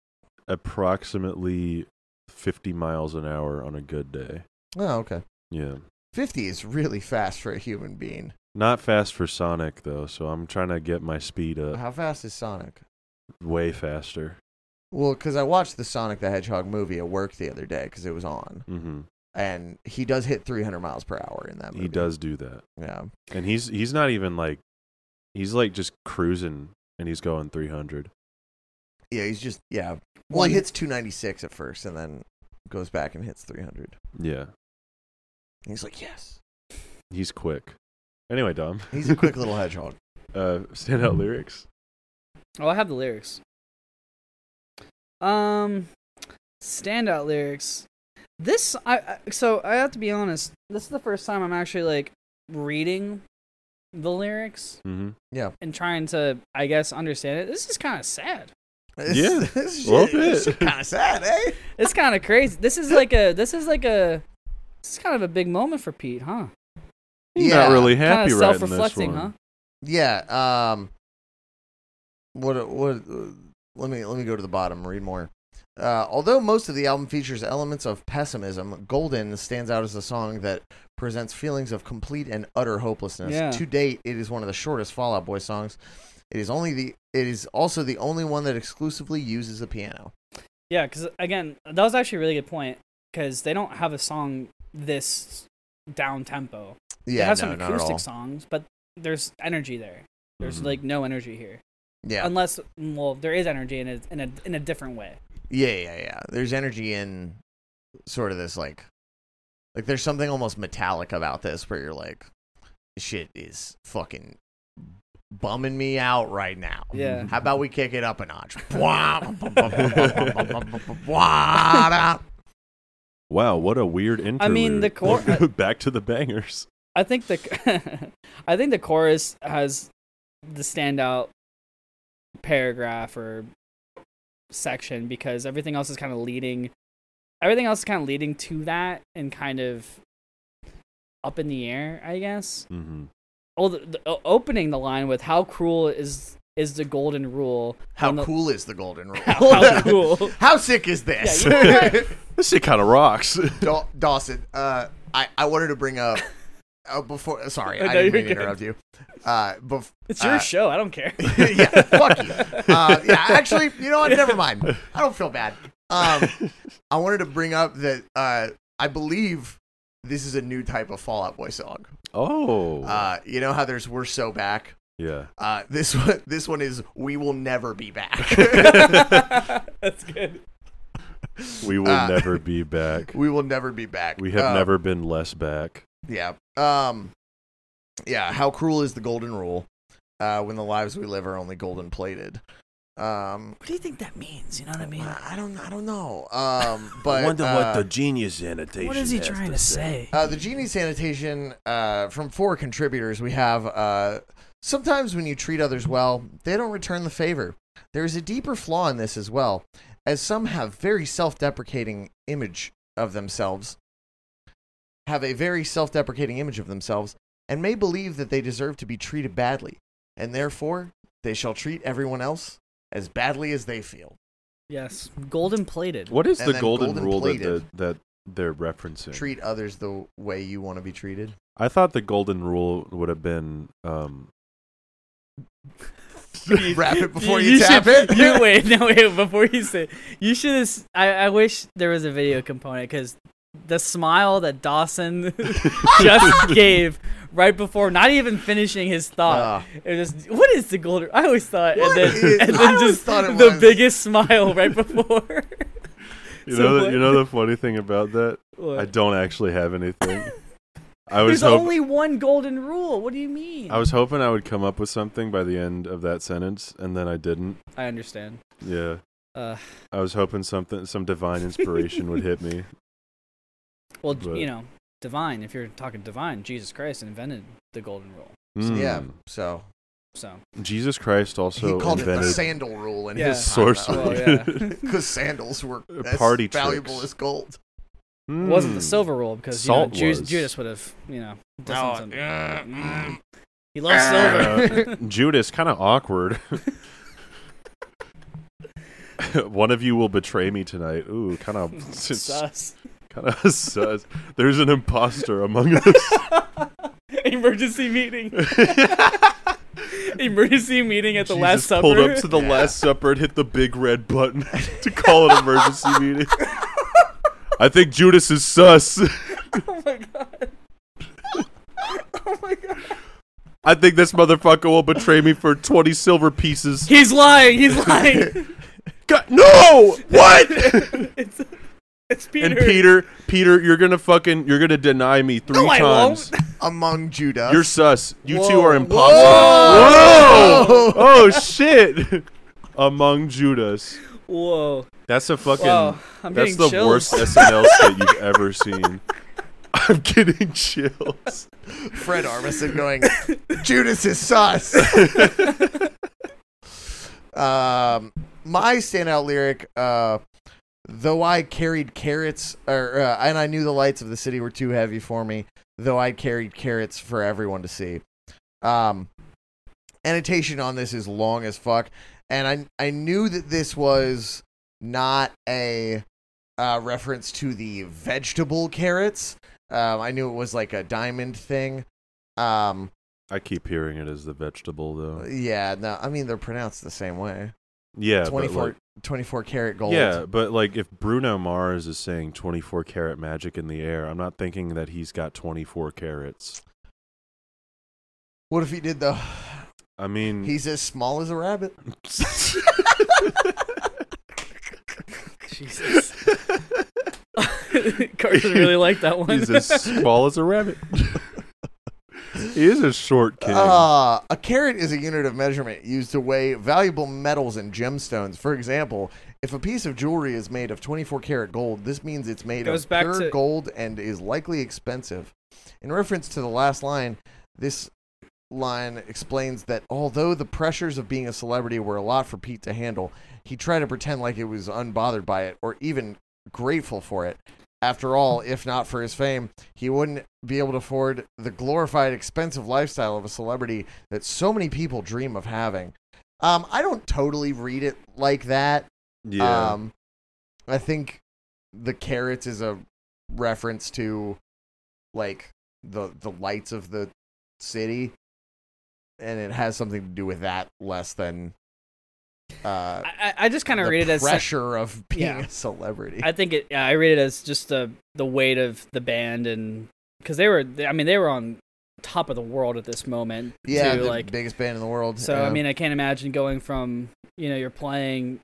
[SPEAKER 3] approximately 50 miles an hour on a good day.
[SPEAKER 1] Oh, okay.
[SPEAKER 3] Yeah.
[SPEAKER 1] 50 is really fast for a human being.
[SPEAKER 3] Not fast for Sonic though, so I'm trying to get my speed up
[SPEAKER 1] How fast is Sonic?
[SPEAKER 3] way faster.
[SPEAKER 1] Well, because I watched the Sonic the Hedgehog movie at work the other day because it was on,
[SPEAKER 3] Mhm.
[SPEAKER 1] and he does hit 300 miles per hour in that movie.
[SPEAKER 3] He does do that.
[SPEAKER 1] Yeah.
[SPEAKER 3] And he's he's not even like he's like just cruising and he's going 300.
[SPEAKER 1] Yeah, he's just, yeah. Well,
[SPEAKER 2] One-
[SPEAKER 1] he hits 296 at first and then goes back and hits 300.
[SPEAKER 3] Yeah.
[SPEAKER 1] And he's like, yes.
[SPEAKER 3] He's quick. Anyway, Dom.
[SPEAKER 1] He's a quick little hedgehog.
[SPEAKER 3] uh standout lyrics.
[SPEAKER 2] Oh, I have the lyrics. Um, standout lyrics. This I I- so I have to be honest. This is the first time I'm actually like reading the lyrics
[SPEAKER 3] Mhm.
[SPEAKER 2] and trying to, I guess, understand it. This is kind of sad.
[SPEAKER 3] Yeah,
[SPEAKER 1] this
[SPEAKER 3] a little bit.
[SPEAKER 1] kind of sad, eh?
[SPEAKER 2] It's kind of crazy. This is like a. This is like a. This is kind of a big moment for Pete, huh?
[SPEAKER 3] He's
[SPEAKER 1] Yeah.
[SPEAKER 3] not really
[SPEAKER 2] Kind
[SPEAKER 3] happy
[SPEAKER 2] of
[SPEAKER 3] right in this
[SPEAKER 2] self-reflecting,
[SPEAKER 3] one.
[SPEAKER 2] huh?
[SPEAKER 1] Yeah. Um. What? What? uh, Let me let me go to the bottom. and Read more. Uh, although most of the album features elements of pessimism, "Golden" stands out as a song that presents feelings of complete and utter hopelessness.
[SPEAKER 2] Yeah.
[SPEAKER 1] To date, it is one of the shortest Fall Out Boy songs. It is only the. It is also the only one that exclusively uses the piano.
[SPEAKER 2] Yeah, because again, that was actually a really good point. Because they don't have a song this down tempo.
[SPEAKER 1] Yeah,
[SPEAKER 2] they have
[SPEAKER 1] no,
[SPEAKER 2] some
[SPEAKER 1] not at all. Mm-hmm.
[SPEAKER 2] acoustic songs, but there's energy there. There's
[SPEAKER 3] Mhm.
[SPEAKER 2] like no energy here,
[SPEAKER 1] Yeah,
[SPEAKER 2] unless well, there is energy in a in a in a different way.
[SPEAKER 1] yeah, yeah, yeah. There's energy in sort of this like, like there's something almost metallic about this where you're like, shit is fucking bumming me out right now.
[SPEAKER 2] Yeah.
[SPEAKER 1] How about we kick it up a notch? yeah,
[SPEAKER 3] Wow, what a weird interlude.
[SPEAKER 2] mean, the cor- uh,
[SPEAKER 3] back to the bangers.
[SPEAKER 2] I think the I think the chorus has the standout paragraph or section because everything else is kind of leading everything else is kind of leading to that and kind of up in the air, I guess.
[SPEAKER 1] Mm-hmm.
[SPEAKER 3] Mhm.
[SPEAKER 2] Oh, the, the o- opening the line with how cruel is is the golden rule.
[SPEAKER 1] How
[SPEAKER 2] on the-
[SPEAKER 1] cool is the golden rule?
[SPEAKER 2] how cool.
[SPEAKER 1] How sick is this?
[SPEAKER 2] Yeah, you know what?
[SPEAKER 3] This shit kind of rocks.
[SPEAKER 1] Daw- Dawson, uh, I I wanted to bring up. Uh, before, sorry,
[SPEAKER 2] No,
[SPEAKER 1] I didn't
[SPEAKER 2] you're
[SPEAKER 1] mean to
[SPEAKER 2] good.
[SPEAKER 1] interrupt you. Uh, bef-
[SPEAKER 2] It's your
[SPEAKER 1] Uh,
[SPEAKER 2] show. I don't care.
[SPEAKER 1] yeah, fuck you. Uh, yeah, actually, you know what? Never mind. I don't feel bad. Um, I wanted to bring up that uh, I believe this is a new type of Fallout Boy song.
[SPEAKER 3] oh.
[SPEAKER 1] Uh, you know how there's "We're So Back."
[SPEAKER 3] yeah.
[SPEAKER 1] Uh, this one, this one is "We Will Never Be Back."
[SPEAKER 2] That's good.
[SPEAKER 3] We will
[SPEAKER 1] Uh,
[SPEAKER 3] never be back.
[SPEAKER 1] we will never be back.
[SPEAKER 3] We have
[SPEAKER 1] Uh,
[SPEAKER 3] never been less back.
[SPEAKER 1] Yeah. Um. Yeah. How cruel is the golden rule? Uh, when the lives we live are only golden plated. Um.
[SPEAKER 2] What do you think that means? You know what I mean?
[SPEAKER 1] I don't. I don't know. Um. But uh,
[SPEAKER 3] genius annotation.
[SPEAKER 2] What is he trying to say?
[SPEAKER 1] Uh, the genie sanitation uh, from four contributors we have. Uh, Sometimes when you treat others well, they don't return the favor. There is a deeper flaw in this as well, as some have very self-deprecating image of themselves, have a very self-deprecating image of themselves, and may believe that they deserve to be treated badly, and therefore they shall treat everyone else as badly as they feel.
[SPEAKER 2] yes, golden plated.
[SPEAKER 3] What is
[SPEAKER 1] And
[SPEAKER 3] the
[SPEAKER 1] then
[SPEAKER 3] golden,
[SPEAKER 1] golden
[SPEAKER 3] rule that, the,
[SPEAKER 1] plated.
[SPEAKER 3] that they're referencing?
[SPEAKER 1] Treat others the way you want to be treated.
[SPEAKER 3] I thought the golden rule would have been. Um,
[SPEAKER 1] Wrap it before you, tap
[SPEAKER 2] should,
[SPEAKER 1] it.
[SPEAKER 2] You, wait, no, wait. Before you say, you should. have s- I, I wish there was a video component because the smile that Dawson just gave right before, not even finishing his
[SPEAKER 1] Ah.
[SPEAKER 2] thought, it was just, what is the golden? I always thought,
[SPEAKER 1] Oh. What
[SPEAKER 2] and then,
[SPEAKER 1] is-
[SPEAKER 2] and
[SPEAKER 1] I
[SPEAKER 2] then
[SPEAKER 1] always
[SPEAKER 2] just
[SPEAKER 1] thought it
[SPEAKER 2] the
[SPEAKER 1] was-
[SPEAKER 2] biggest smile right before.
[SPEAKER 3] you
[SPEAKER 2] So
[SPEAKER 3] know, the,
[SPEAKER 2] what-
[SPEAKER 3] you know the funny thing about that? I
[SPEAKER 2] What?
[SPEAKER 3] don't actually have anything. I was
[SPEAKER 2] There's
[SPEAKER 3] hoping.
[SPEAKER 2] only one golden rule. What do you mean?
[SPEAKER 3] I was hoping I would come up with something by the end of that sentence, and then I didn't.
[SPEAKER 2] I understand.
[SPEAKER 3] Yeah,
[SPEAKER 2] Uh,
[SPEAKER 3] I was hoping something, some divine inspiration would hit me.
[SPEAKER 2] well,
[SPEAKER 3] But-
[SPEAKER 2] you know, divine. If you're talking divine, Jesus Christ invented the golden rule.
[SPEAKER 1] Yeah.
[SPEAKER 3] Mm.
[SPEAKER 1] So
[SPEAKER 2] So
[SPEAKER 3] Jesus Christ also
[SPEAKER 1] he called it the
[SPEAKER 3] invented
[SPEAKER 1] sandal rule in
[SPEAKER 2] Yeah.
[SPEAKER 1] his
[SPEAKER 3] sorcery.
[SPEAKER 2] Well, yeah.
[SPEAKER 1] because sandals were
[SPEAKER 3] Uh,
[SPEAKER 1] as
[SPEAKER 3] party
[SPEAKER 1] valuable
[SPEAKER 3] tricks.
[SPEAKER 1] as gold.
[SPEAKER 2] It
[SPEAKER 3] Mm.
[SPEAKER 2] wasn't the silver rule because you know,
[SPEAKER 3] Salt
[SPEAKER 2] Ju-
[SPEAKER 3] was.
[SPEAKER 2] Judas would have, you know, done something.
[SPEAKER 1] yeah, mm.
[SPEAKER 2] He loves silver.
[SPEAKER 3] Judas, kind of awkward. One of you will betray me tonight. Ooh, kind of,
[SPEAKER 2] Sus.
[SPEAKER 3] kind of sus. There's an imposter among us.
[SPEAKER 2] Emergency meeting. Emergency meeting at the
[SPEAKER 3] Jesus
[SPEAKER 2] Last Supper.
[SPEAKER 3] pulled up to the
[SPEAKER 1] Yeah.
[SPEAKER 3] Last Supper and hit the big red button to call an emergency meeting. I think Judas is sus.
[SPEAKER 2] oh my god. oh my god.
[SPEAKER 3] I think this motherfucker will betray me for 20 silver pieces.
[SPEAKER 2] He's lying. He's lying.
[SPEAKER 3] God, no! What?
[SPEAKER 2] it's, it's Peter.
[SPEAKER 3] And Peter, Peter, you're gonna fucking, you're gonna deny me three
[SPEAKER 2] No, I
[SPEAKER 3] times.
[SPEAKER 2] won't.
[SPEAKER 1] Among Judah,
[SPEAKER 3] You're sus. You two
[SPEAKER 2] Whoa.
[SPEAKER 3] are imposters.
[SPEAKER 2] Whoa.
[SPEAKER 3] Whoa! Oh shit! Among Judas.
[SPEAKER 2] Whoa.
[SPEAKER 3] That's a fucking.
[SPEAKER 2] Wow. I'm
[SPEAKER 3] That's
[SPEAKER 2] getting
[SPEAKER 3] the
[SPEAKER 2] chills.
[SPEAKER 3] worst SNL skit you've ever seen. I'm getting chills.
[SPEAKER 1] Fred Armisen going, Judas is sus. um, my standout lyric, uh, though I carried carrots, or uh, and I knew the lights of the city were too heavy for me, though I carried carrots for everyone to see. Um, annotation on this is long as fuck, and I I knew that this was not a uh, reference to the vegetable carrots. Um, I knew it was like a diamond thing. Um,
[SPEAKER 3] I keep hearing it as the vegetable though.
[SPEAKER 1] yeah, no, I mean they're pronounced the same way.
[SPEAKER 3] Yeah, but,
[SPEAKER 1] 24,
[SPEAKER 3] like-
[SPEAKER 1] 24 karat gold.
[SPEAKER 3] yeah, but like if Bruno Mars is saying 24 karat magic in the air, I'm not thinking that he's got 24 carats.
[SPEAKER 1] What if he did though?
[SPEAKER 3] I mean,
[SPEAKER 1] He's as small as a rabbit.
[SPEAKER 2] Jesus. Carson really liked that one.
[SPEAKER 3] he's as small as a rabbit. he is a short king.
[SPEAKER 1] Uh, a carat is a unit of measurement used to weigh valuable metals and gemstones. For example, if a piece of jewelry is made of 24 karat gold, this means it's made
[SPEAKER 2] Goes
[SPEAKER 1] of
[SPEAKER 2] back
[SPEAKER 1] pure
[SPEAKER 2] to-
[SPEAKER 1] gold and is likely expensive. In reference to the last line, this line explains that although the pressures of being a celebrity were a lot for Pete to handle, he tried to pretend like he was unbothered by it or even grateful for it. After all, if not for his fame, he wouldn't be able to afford the glorified, expensive lifestyle of a celebrity that so many people dream of having. Um, I don't totally read it like that.
[SPEAKER 3] yeah.
[SPEAKER 1] Um, I think the carrots is a reference to like the the lights of the city, and it has something to do with that less than uh,
[SPEAKER 2] I, I just kind of
[SPEAKER 1] the
[SPEAKER 2] read it as
[SPEAKER 1] pressure of being
[SPEAKER 2] Yeah.
[SPEAKER 1] a celebrity.
[SPEAKER 2] I think it. Yeah, I read it as just the the weight of the band and because they were. I mean, they were on top of the world at this moment.
[SPEAKER 1] yeah,
[SPEAKER 2] too,
[SPEAKER 1] the
[SPEAKER 2] like
[SPEAKER 1] biggest band in the world.
[SPEAKER 2] so. I
[SPEAKER 1] yeah.
[SPEAKER 2] mean, I can't imagine going from you know you're playing,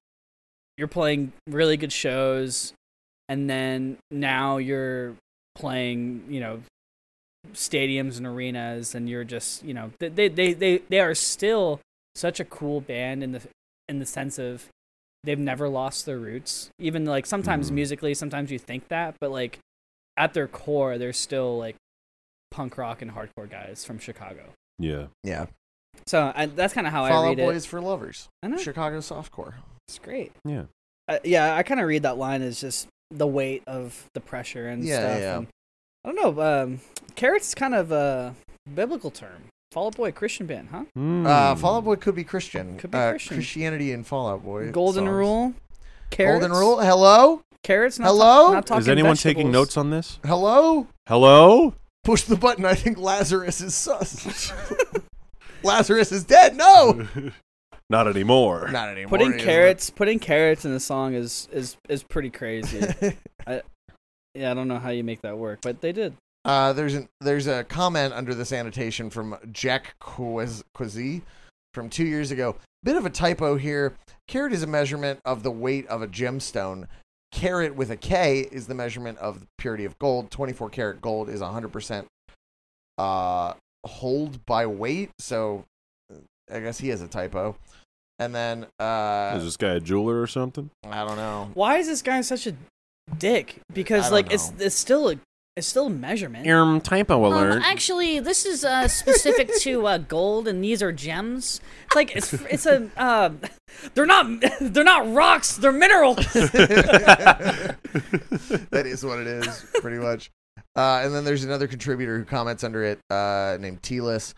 [SPEAKER 2] you're playing really good shows, and then now you're playing you know stadiums and arenas, and you're just you know they they they they, they are still such a cool band in the in the sense of they've never lost their roots. Even like sometimes
[SPEAKER 3] Mhm.
[SPEAKER 1] Mm-hmm.
[SPEAKER 2] musically, sometimes you think that, but like at their core, they're still like punk rock and hardcore guys from Chicago.
[SPEAKER 3] yeah.
[SPEAKER 1] yeah,
[SPEAKER 2] So I, that's kind of how
[SPEAKER 1] Fall
[SPEAKER 2] I
[SPEAKER 1] Out
[SPEAKER 2] read
[SPEAKER 1] Boys
[SPEAKER 2] it. Hmm.
[SPEAKER 1] for lovers.
[SPEAKER 2] I know
[SPEAKER 1] Chicago softcore.
[SPEAKER 2] it's great.
[SPEAKER 3] Yeah.
[SPEAKER 2] I, yeah, I kind of read that line as just the weight of the pressure and
[SPEAKER 1] Yeah,
[SPEAKER 2] stuff.
[SPEAKER 1] yeah.
[SPEAKER 2] and- I don't know. Um, carrots is kind of a biblical term. Fall Out Boy Christian band, huh?
[SPEAKER 1] Uh,
[SPEAKER 3] Mm.
[SPEAKER 1] Fall Out Boy could be Christian.
[SPEAKER 2] Could be
[SPEAKER 1] Uh,
[SPEAKER 2] Christian.
[SPEAKER 1] Christianity and Fall Out Boy.
[SPEAKER 2] Golden
[SPEAKER 1] songs.
[SPEAKER 2] rule. Carrots.
[SPEAKER 1] Golden rule. Hello.
[SPEAKER 2] Carrots. Not ta-
[SPEAKER 1] Hello?
[SPEAKER 2] not talking
[SPEAKER 3] Is anyone taking
[SPEAKER 2] vegetables.
[SPEAKER 3] notes on this?
[SPEAKER 1] Hello.
[SPEAKER 3] Hello?
[SPEAKER 1] Push the button. I think Lazarus is sus. Lazarus is dead. No.
[SPEAKER 3] Not anymore.
[SPEAKER 1] Not anymore.
[SPEAKER 2] Putting
[SPEAKER 1] is it?
[SPEAKER 2] carrots, putting carrots in a song is is is pretty crazy. yeah, I don't know how you make that work, but they did.
[SPEAKER 1] Uh, there's an there's a comment under this annotation from Jack Quiz Quizzy from two years ago. Bit of a typo here. Carat is a measurement of the weight of a gemstone. Carat with a K is the measurement of the purity of gold. 24 karat gold is 100% uh, hold by weight. So uh, I guess he has a typo. And then uh,
[SPEAKER 3] Is this guy a jeweler or something?
[SPEAKER 1] I don't know.
[SPEAKER 2] Why is this guy such a dick? Because
[SPEAKER 1] don't
[SPEAKER 2] like it's
[SPEAKER 1] know.
[SPEAKER 2] it's still a it's still a measurement.
[SPEAKER 3] Um, typo
[SPEAKER 4] Um, actually, this is uh, specific to uh, gold, and these are gems.
[SPEAKER 2] like it's it's a uh, they're not they're not rocks, they're minerals.
[SPEAKER 1] that is what it is, pretty much. Uh, and then there's another contributor who comments under it uh, named Telis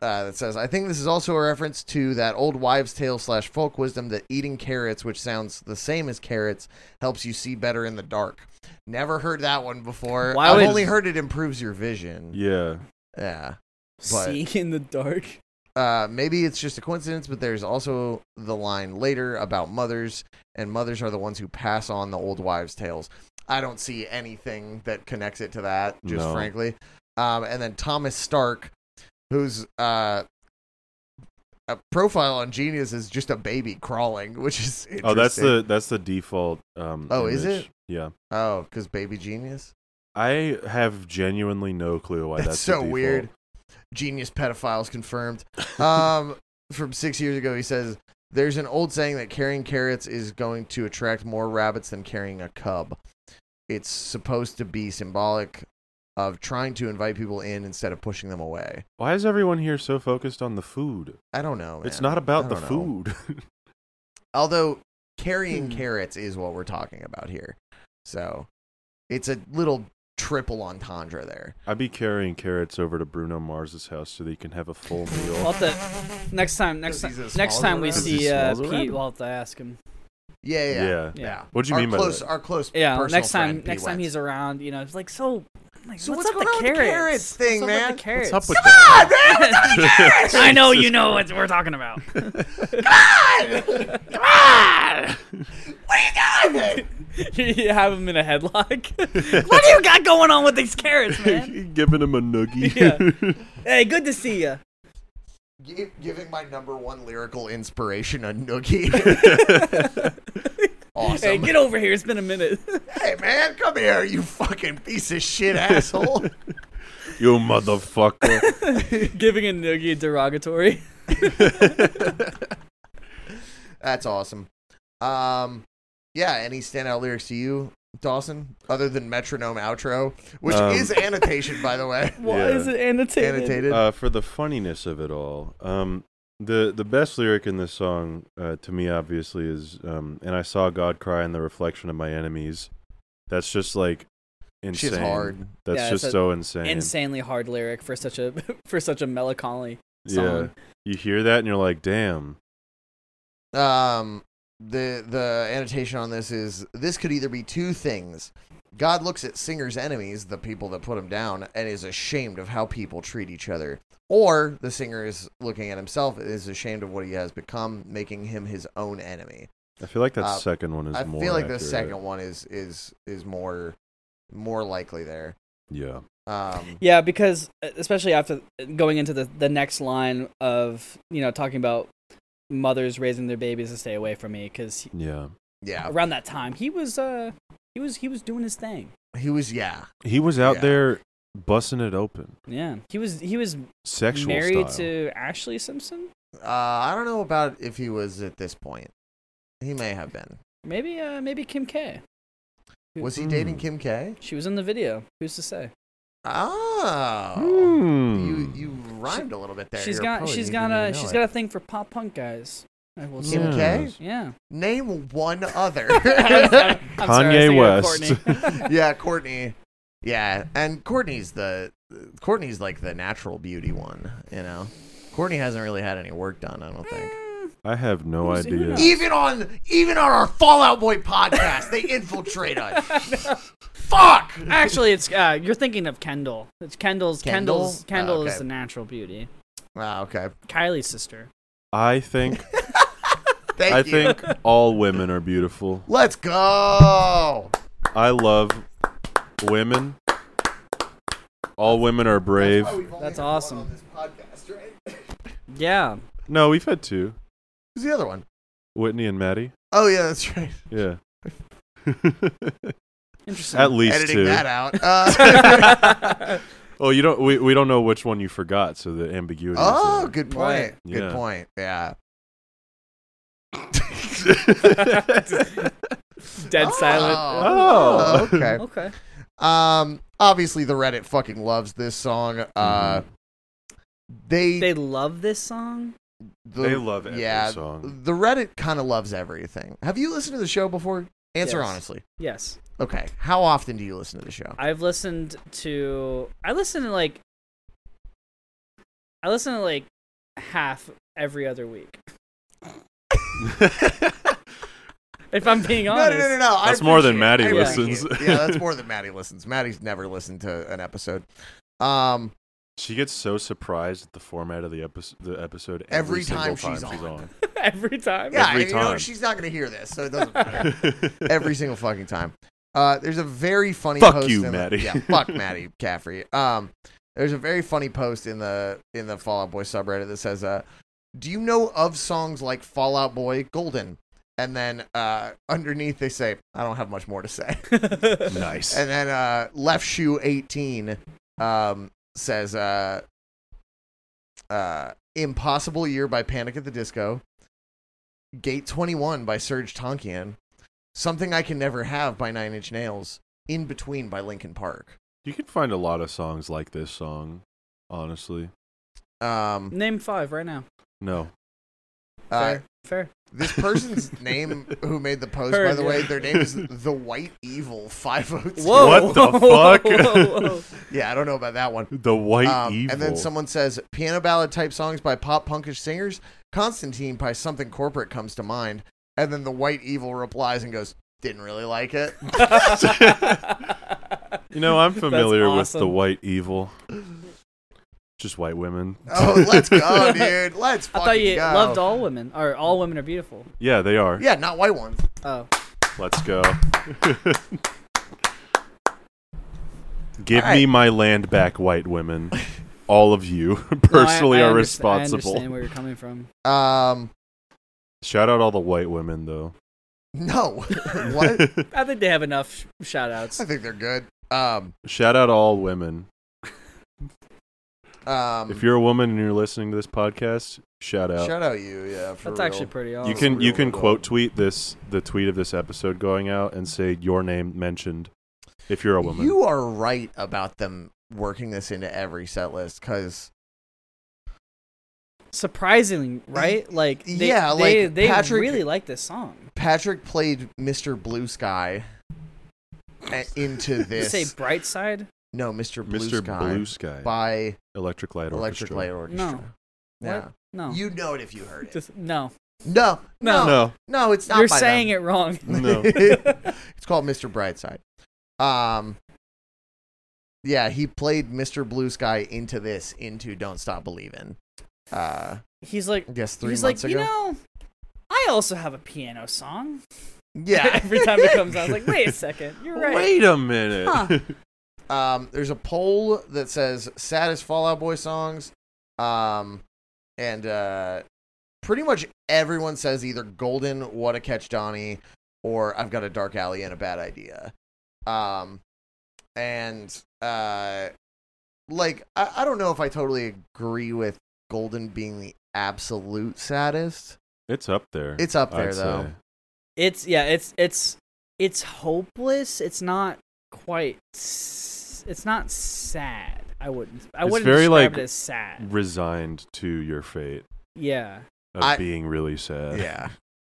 [SPEAKER 1] uh, that says, I think this is also a reference to that old wives' tale slash folk wisdom that eating carrots, which sounds the same as carrots, helps you see better in the dark. Never heard that one before.
[SPEAKER 2] Why
[SPEAKER 1] I've
[SPEAKER 2] would-
[SPEAKER 1] only heard it improves your vision.
[SPEAKER 3] yeah.
[SPEAKER 1] yeah.
[SPEAKER 2] Seeing in the dark.
[SPEAKER 1] Uh, maybe it's just a coincidence, but there's also the line later about mothers, and mothers are the ones who pass on the old wives' tales. I don't see anything that connects it to that, just
[SPEAKER 3] No.
[SPEAKER 1] frankly. Um, and then Thomas Stark, whose uh, a profile on Genius is just a baby crawling, which is interesting.
[SPEAKER 3] Oh, that's the that's the default. Um,
[SPEAKER 1] Oh, is
[SPEAKER 3] image.
[SPEAKER 1] it?
[SPEAKER 3] Yeah.
[SPEAKER 1] oh, because baby Genius.
[SPEAKER 3] I have genuinely no clue why
[SPEAKER 1] That's,
[SPEAKER 3] that's,
[SPEAKER 1] so
[SPEAKER 3] the default.
[SPEAKER 1] weird. Genius pedophiles confirmed. Um, from six years ago, he says there's an old saying that carrying carrots is going to attract more rabbits than carrying a cub. It's supposed to be symbolic of trying to invite people in instead of pushing them away.
[SPEAKER 3] Why is everyone here so focused on the food?
[SPEAKER 1] I don't know.
[SPEAKER 3] It's
[SPEAKER 1] man.
[SPEAKER 3] not
[SPEAKER 1] I
[SPEAKER 3] about the
[SPEAKER 1] don't know.
[SPEAKER 3] food.
[SPEAKER 1] Although carrying
[SPEAKER 2] Hmm.
[SPEAKER 1] carrots is what we're talking about here, so it's a little triple entendre there.
[SPEAKER 3] I'd be carrying carrots over to Bruno Mars's house so that he can have a full
[SPEAKER 2] We'll
[SPEAKER 3] meal.
[SPEAKER 2] have to next time next
[SPEAKER 1] Does he
[SPEAKER 2] time
[SPEAKER 1] just
[SPEAKER 2] next
[SPEAKER 1] swallow
[SPEAKER 2] time
[SPEAKER 1] the
[SPEAKER 2] we
[SPEAKER 1] rabbit?
[SPEAKER 3] Does he
[SPEAKER 2] see uh,
[SPEAKER 3] swallow the
[SPEAKER 2] Pete,
[SPEAKER 3] rabbit?
[SPEAKER 2] we'll have to ask him.
[SPEAKER 1] Yeah, yeah, yeah.
[SPEAKER 3] Yeah.
[SPEAKER 2] Yeah.
[SPEAKER 1] What
[SPEAKER 3] What do you
[SPEAKER 1] our
[SPEAKER 3] mean by
[SPEAKER 1] close,
[SPEAKER 3] that?
[SPEAKER 1] Our close,
[SPEAKER 2] Yeah,
[SPEAKER 1] personal
[SPEAKER 2] next time
[SPEAKER 1] friend, Pete
[SPEAKER 2] next time
[SPEAKER 1] Wentz.
[SPEAKER 2] he's around, you know, it's like so I'm like,
[SPEAKER 1] So
[SPEAKER 2] what's,
[SPEAKER 1] what's
[SPEAKER 2] up
[SPEAKER 1] going on
[SPEAKER 2] with
[SPEAKER 1] with the carrots
[SPEAKER 2] carrots?
[SPEAKER 1] thing,
[SPEAKER 2] what's Up
[SPEAKER 1] man?
[SPEAKER 2] with carrots?
[SPEAKER 3] What's up with that?
[SPEAKER 2] I know you
[SPEAKER 3] Jesus
[SPEAKER 2] know what we're talking about. you have him in a headlock. what do you got going on with these carrots, man?
[SPEAKER 3] Giving him a noogie.
[SPEAKER 2] Yeah. Hey, good to see you.
[SPEAKER 1] Gi- giving my number one lyrical inspiration a noogie.
[SPEAKER 2] Hey,
[SPEAKER 1] awesome. Hey,
[SPEAKER 2] get over here. It's been a minute.
[SPEAKER 1] man, come here, you fucking piece of shit asshole.
[SPEAKER 3] you motherfucker.
[SPEAKER 2] Giving a noogie derogatory.
[SPEAKER 1] That's awesome. Um, yeah. Any standout lyrics to you, Dawson? Other than metronome outro, which
[SPEAKER 3] Um,
[SPEAKER 1] is annotation, by the way,
[SPEAKER 2] Why
[SPEAKER 3] Yeah.
[SPEAKER 2] is it annotated?
[SPEAKER 1] annotated.
[SPEAKER 3] Uh, for the funniness of it all, um, the the best lyric in this song, uh, to me, obviously, is um, "And I saw God cry in the reflection of my enemies." That's just like insane.
[SPEAKER 1] Shit's hard.
[SPEAKER 3] That's
[SPEAKER 2] Yeah, it's
[SPEAKER 3] just
[SPEAKER 2] a-
[SPEAKER 3] so insane.
[SPEAKER 2] Insanely hard lyric for such a for such a melancholy
[SPEAKER 3] yeah,
[SPEAKER 2] song.
[SPEAKER 3] you hear that and you're like, "Damn."
[SPEAKER 1] Um, the the annotation on this is this could either be two things. God looks at singers' enemies, the people that put him down, and is ashamed of how people treat each other. Or the singer is looking at himself and is ashamed of what he has become, making him his own enemy.
[SPEAKER 3] I feel like that
[SPEAKER 1] Uh,
[SPEAKER 3] second one is
[SPEAKER 1] I
[SPEAKER 3] more.
[SPEAKER 1] feel like the
[SPEAKER 3] accurate.
[SPEAKER 1] second one is is is more more likely there.
[SPEAKER 3] Yeah.
[SPEAKER 1] Um,
[SPEAKER 2] Yeah, because uh, especially after going into the the next line of you know talking about mothers raising their babies to stay away from me because
[SPEAKER 3] Yeah.
[SPEAKER 1] yeah,
[SPEAKER 2] around that time he was uh he was he was doing his thing.
[SPEAKER 1] he was yeah.
[SPEAKER 3] He was out
[SPEAKER 1] Yeah.
[SPEAKER 3] there bussing it open,
[SPEAKER 2] Yeah, he was he was
[SPEAKER 3] sexual
[SPEAKER 2] married
[SPEAKER 3] style.
[SPEAKER 2] to Ashley Simpson.
[SPEAKER 1] Uh, I don't know about if he was at this point. He may have been.
[SPEAKER 2] Maybe uh maybe Kim K.
[SPEAKER 1] Was he dating
[SPEAKER 3] Mm.
[SPEAKER 1] Kim K?
[SPEAKER 2] She was in the video. Who's to say?
[SPEAKER 1] Oh.
[SPEAKER 3] Hmm.
[SPEAKER 1] You you rhymed a little bit there.
[SPEAKER 2] she's
[SPEAKER 1] You're
[SPEAKER 2] got
[SPEAKER 1] poet,
[SPEAKER 2] she's
[SPEAKER 1] you
[SPEAKER 2] got
[SPEAKER 1] didn't
[SPEAKER 2] a
[SPEAKER 1] even
[SPEAKER 2] she's
[SPEAKER 1] know
[SPEAKER 2] got a thing for pop punk guys. I
[SPEAKER 3] Hmm.
[SPEAKER 2] will
[SPEAKER 1] Kim
[SPEAKER 2] say.
[SPEAKER 1] K?
[SPEAKER 3] Yes.
[SPEAKER 2] Yeah.
[SPEAKER 1] it. name one other.
[SPEAKER 2] I'm sorry, I was
[SPEAKER 3] Kanye
[SPEAKER 2] thinking of Courtney.
[SPEAKER 1] yeah, Courtney. Yeah, and Courtney's the Courtney's like the natural beauty one. You know, Courtney hasn't really had any work done. I don't think.
[SPEAKER 3] I have no
[SPEAKER 2] Who's- who
[SPEAKER 3] idea.
[SPEAKER 2] knows?
[SPEAKER 1] Even on even on our Fallout Boy podcast, they infiltrate us. Fuck.
[SPEAKER 2] Actually, it's uh, you're thinking of Kendall. It's Kendall's
[SPEAKER 1] Kendall?
[SPEAKER 2] Kendall's
[SPEAKER 1] Oh,
[SPEAKER 2] Kendall
[SPEAKER 1] okay.
[SPEAKER 2] is the natural beauty.
[SPEAKER 1] Ah, okay.
[SPEAKER 2] Kylie's sister.
[SPEAKER 3] I think
[SPEAKER 1] Thank
[SPEAKER 3] I
[SPEAKER 1] you.
[SPEAKER 3] think all women are beautiful.
[SPEAKER 1] Let's go.
[SPEAKER 3] I love women. All women are brave.
[SPEAKER 2] That's had one awesome. on Yeah.
[SPEAKER 3] No, we've had two.
[SPEAKER 1] Who's the other one?
[SPEAKER 3] Whitney and Maddie.
[SPEAKER 1] Oh yeah, that's right.
[SPEAKER 3] Yeah.
[SPEAKER 2] Interesting.
[SPEAKER 3] At least
[SPEAKER 1] Editing
[SPEAKER 3] two.
[SPEAKER 1] that out. Uh,
[SPEAKER 3] Oh, you don't. We, we don't know which one you forgot, so the ambiguity.
[SPEAKER 1] Oh, good point.
[SPEAKER 2] Right.
[SPEAKER 1] Good
[SPEAKER 3] Yeah.
[SPEAKER 1] point. Yeah.
[SPEAKER 3] good.
[SPEAKER 2] Dead silent.
[SPEAKER 1] Oh,
[SPEAKER 3] Oh.
[SPEAKER 1] okay.
[SPEAKER 4] Okay.
[SPEAKER 1] Um, obviously the Reddit fucking loves this song.
[SPEAKER 3] Mm-hmm.
[SPEAKER 1] Uh, they,
[SPEAKER 2] They love this song.
[SPEAKER 1] the-
[SPEAKER 3] they love every
[SPEAKER 1] yeah,
[SPEAKER 3] song.
[SPEAKER 1] The Reddit kind of loves everything. Have you listened to the show before? Answer
[SPEAKER 2] Yes.
[SPEAKER 1] honestly.
[SPEAKER 2] Yes,
[SPEAKER 1] Okay. How often do you listen to the show?
[SPEAKER 2] I've listened to. I listen to like. I listen to like half every other week. If I'm being
[SPEAKER 1] No, no,
[SPEAKER 2] honest.
[SPEAKER 1] no, no, no. I
[SPEAKER 3] That's more than
[SPEAKER 1] appreciate it.
[SPEAKER 2] Maddie
[SPEAKER 1] I appreciate it.
[SPEAKER 3] listens.
[SPEAKER 1] yeah, that's more than Maddie listens. Maddie's never listened to an episode. Um,
[SPEAKER 3] she gets so surprised at the format of the episode. The episode
[SPEAKER 1] Every
[SPEAKER 3] every, single
[SPEAKER 1] time she's
[SPEAKER 3] time
[SPEAKER 1] on.
[SPEAKER 2] every time.
[SPEAKER 1] yeah,
[SPEAKER 3] Every
[SPEAKER 1] and, you know,
[SPEAKER 3] time.
[SPEAKER 1] she's not gonna hear this, so it doesn't matter.
[SPEAKER 3] on.
[SPEAKER 1] every single fucking time. Uh, there's a very funny
[SPEAKER 3] Fuck
[SPEAKER 1] post
[SPEAKER 3] you,
[SPEAKER 1] in the-
[SPEAKER 3] Maddie.
[SPEAKER 1] yeah, fuck Maddie Caffrey. Um, there's a very funny post in the in the Fallout Boy subreddit that says, uh, "Do you know of songs like Fallout Boy Golden?" And then uh, underneath they say, "I don't have much more to say."
[SPEAKER 3] nice.
[SPEAKER 1] And then uh, Left Shoe 18 um, says, uh, uh, Impossible Year by Panic at the Disco, Gate 21 by Serge Tonkian, Something I Can Never Have by Nine Inch Nails, In Between by Linkin Park.
[SPEAKER 3] you can find a lot of songs like this song. Honestly,
[SPEAKER 1] Um,
[SPEAKER 2] Name five right now.
[SPEAKER 3] no.
[SPEAKER 1] uh,
[SPEAKER 2] Fair. Fair.
[SPEAKER 1] this person's name who made the post, by
[SPEAKER 2] Heard,
[SPEAKER 1] the way,
[SPEAKER 2] yeah.
[SPEAKER 1] their name is The White Evil 502.
[SPEAKER 3] What the fuck?
[SPEAKER 1] Yeah, I don't know about that one.
[SPEAKER 3] The White
[SPEAKER 1] Um,
[SPEAKER 3] Evil.
[SPEAKER 1] And then someone says piano ballad type songs by pop punkish singers. Constantine by something corporate comes to mind. And then the white evil replies and goes, "Didn't really like it."
[SPEAKER 3] You know, I'm familiar with the
[SPEAKER 2] awesome.
[SPEAKER 3] White Evil. Just white women.
[SPEAKER 1] Oh, let's go, dude. Let's
[SPEAKER 2] I
[SPEAKER 1] fucking
[SPEAKER 2] thought you
[SPEAKER 1] go.
[SPEAKER 2] loved all women, or all women are beautiful.
[SPEAKER 3] Yeah, they are.
[SPEAKER 1] Yeah, not white ones.
[SPEAKER 2] Oh,
[SPEAKER 3] Let's go. Give
[SPEAKER 1] All right.
[SPEAKER 3] me my land back, white women. All of you personally
[SPEAKER 2] No, I- I underst- I
[SPEAKER 3] are responsible.
[SPEAKER 2] understand where you're coming from.
[SPEAKER 1] Um,
[SPEAKER 3] Shout out all the white women, though.
[SPEAKER 1] no. what?
[SPEAKER 2] I think they have enough sh- shout outs.
[SPEAKER 1] I think they're good. Um,
[SPEAKER 3] Shout out all women.
[SPEAKER 1] um,
[SPEAKER 3] If you're a woman and you're listening to this podcast, shout out.
[SPEAKER 1] shout out you, yeah. For
[SPEAKER 2] Oh, That's
[SPEAKER 1] real.
[SPEAKER 2] actually pretty awesome.
[SPEAKER 3] you can you
[SPEAKER 1] real
[SPEAKER 3] can
[SPEAKER 1] world.
[SPEAKER 3] quote tweet this the tweet of this episode going out and say your name mentioned if you're a woman.
[SPEAKER 1] You are right about them working this into every set list because
[SPEAKER 2] Surprising, right? Like, they,
[SPEAKER 1] Yeah, like,
[SPEAKER 2] they, they
[SPEAKER 1] Patrick-
[SPEAKER 2] really like this song.
[SPEAKER 1] Patrick played Mr. Blue Sky a- into
[SPEAKER 2] You
[SPEAKER 1] Eh, this.
[SPEAKER 2] say bright side?
[SPEAKER 1] No, Mr. Blue
[SPEAKER 3] Mr.
[SPEAKER 1] Sky
[SPEAKER 3] Blue Sky.
[SPEAKER 1] by
[SPEAKER 3] Electric Light
[SPEAKER 1] Electric
[SPEAKER 3] Orchestra.
[SPEAKER 1] Light Orchestra.
[SPEAKER 2] No.
[SPEAKER 1] Yeah.
[SPEAKER 2] What? No.
[SPEAKER 1] You know it if you heard it.
[SPEAKER 2] Just- no.
[SPEAKER 1] No, no,
[SPEAKER 2] No.
[SPEAKER 1] no,
[SPEAKER 3] No,
[SPEAKER 1] it's not.
[SPEAKER 2] You're
[SPEAKER 1] by
[SPEAKER 2] saying
[SPEAKER 1] them.
[SPEAKER 2] it wrong.
[SPEAKER 3] no.
[SPEAKER 1] it's called Mr. Brightside. Um, yeah, he played Mr. Blue Sky into this, into Don't Stop Believin'. Uh,
[SPEAKER 2] He's like,
[SPEAKER 1] I guess three
[SPEAKER 2] he's like,
[SPEAKER 1] months
[SPEAKER 2] you
[SPEAKER 1] ago.
[SPEAKER 2] know, I also have a piano song.
[SPEAKER 1] yeah.
[SPEAKER 2] Every time it comes out, I was like, wait a second, you're right.
[SPEAKER 3] Wait a minute.
[SPEAKER 2] Huh.
[SPEAKER 1] Um, there's a poll that says saddest Fallout Boy songs, um, and uh, pretty much everyone says either Golden, What a Catch Donnie, or I've Got a Dark Alley and a Bad Idea. Um, and uh, like I, I don't know if I totally agree with Golden being the absolute saddest.
[SPEAKER 3] It's up there.
[SPEAKER 1] It's up there
[SPEAKER 3] I'd
[SPEAKER 1] though.
[SPEAKER 3] say.
[SPEAKER 2] It's yeah, it's it's it's hopeless. It's not quite. s- It's not sad. I wouldn't. I
[SPEAKER 3] It's
[SPEAKER 2] wouldn't
[SPEAKER 3] very,
[SPEAKER 2] describe
[SPEAKER 3] like,
[SPEAKER 2] it as sad.
[SPEAKER 3] Resigned to your fate
[SPEAKER 2] Yeah,
[SPEAKER 3] of
[SPEAKER 1] I-
[SPEAKER 3] being really
[SPEAKER 2] Uh.
[SPEAKER 3] sad.
[SPEAKER 1] Yeah,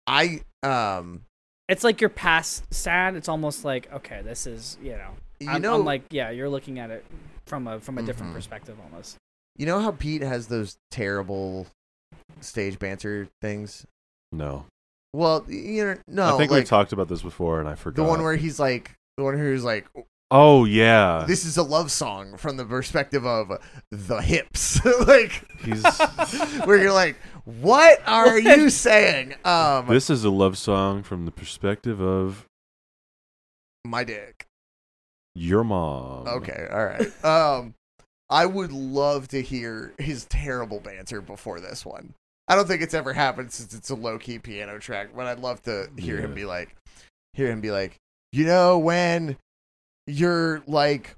[SPEAKER 1] I um,
[SPEAKER 2] it's like you're past sad. It's almost like okay, this is you know.
[SPEAKER 1] you
[SPEAKER 2] I'm,
[SPEAKER 1] know,
[SPEAKER 2] I'm like yeah, you're looking at it from a from a different
[SPEAKER 1] Mhm.
[SPEAKER 2] perspective almost.
[SPEAKER 1] You know how Pete has those terrible stage banter things?
[SPEAKER 3] No.
[SPEAKER 1] Well, you know, no,
[SPEAKER 3] I think
[SPEAKER 1] like
[SPEAKER 3] we talked about this before and I forgot.
[SPEAKER 1] the one where he's like, the one who's like,
[SPEAKER 3] Oh yeah.
[SPEAKER 1] this is a love song from the perspective of the hips, like
[SPEAKER 3] He's
[SPEAKER 1] where you're like, what are you saying? Um,
[SPEAKER 3] This is a love song from the perspective of
[SPEAKER 1] my dick.
[SPEAKER 3] your mom.
[SPEAKER 1] Okay, all right. Um, I would love to hear his terrible banter before this one. I don't think it's ever happened since it's a low key piano track, but I'd love to hear him
[SPEAKER 3] Yeah.
[SPEAKER 1] be like, hear him be like, you know, when you're like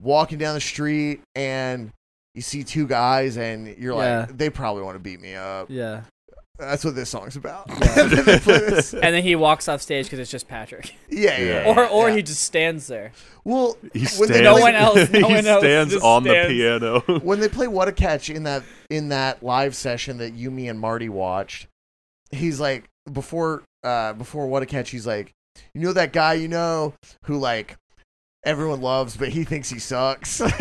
[SPEAKER 1] walking down the street and you see two guys and you're
[SPEAKER 2] Yeah.
[SPEAKER 1] like, they probably want to beat me up.
[SPEAKER 2] Yeah.
[SPEAKER 1] That's what this song's about.
[SPEAKER 2] Yeah.
[SPEAKER 1] Then they play this.
[SPEAKER 2] And then he walks off stage because it's just Patrick.
[SPEAKER 1] yeah,
[SPEAKER 3] Yeah.
[SPEAKER 1] yeah.
[SPEAKER 2] Or or
[SPEAKER 1] yeah.
[SPEAKER 2] he just stands there.
[SPEAKER 1] well
[SPEAKER 3] He
[SPEAKER 1] when
[SPEAKER 3] stands.
[SPEAKER 1] they
[SPEAKER 2] No
[SPEAKER 1] play-
[SPEAKER 2] one else- no
[SPEAKER 3] he
[SPEAKER 2] one else
[SPEAKER 3] stands
[SPEAKER 2] just
[SPEAKER 3] on
[SPEAKER 2] stands.
[SPEAKER 3] the piano.
[SPEAKER 1] when they play What a Catch in that in that live session that you, me, and Marty watched, he's like before uh before What a Catch, he's like, you know that guy you know who like everyone loves, but he thinks he sucks.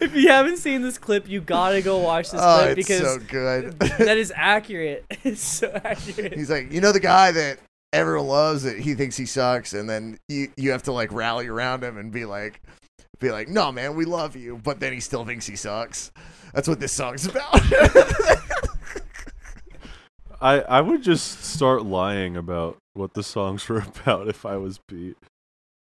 [SPEAKER 2] If you haven't seen this clip, you gotta go watch this
[SPEAKER 1] oh,
[SPEAKER 2] clip
[SPEAKER 1] it's
[SPEAKER 2] because
[SPEAKER 1] so good.
[SPEAKER 2] that is accurate. It's so accurate.
[SPEAKER 1] he's like, you know the guy that everyone loves that he thinks he sucks, and then you you have to like rally around him and be like. Be like, no, man, we love you, but then he still thinks he sucks. That's what this song's about.
[SPEAKER 3] I I would just start lying about what the songs were about if I was beat.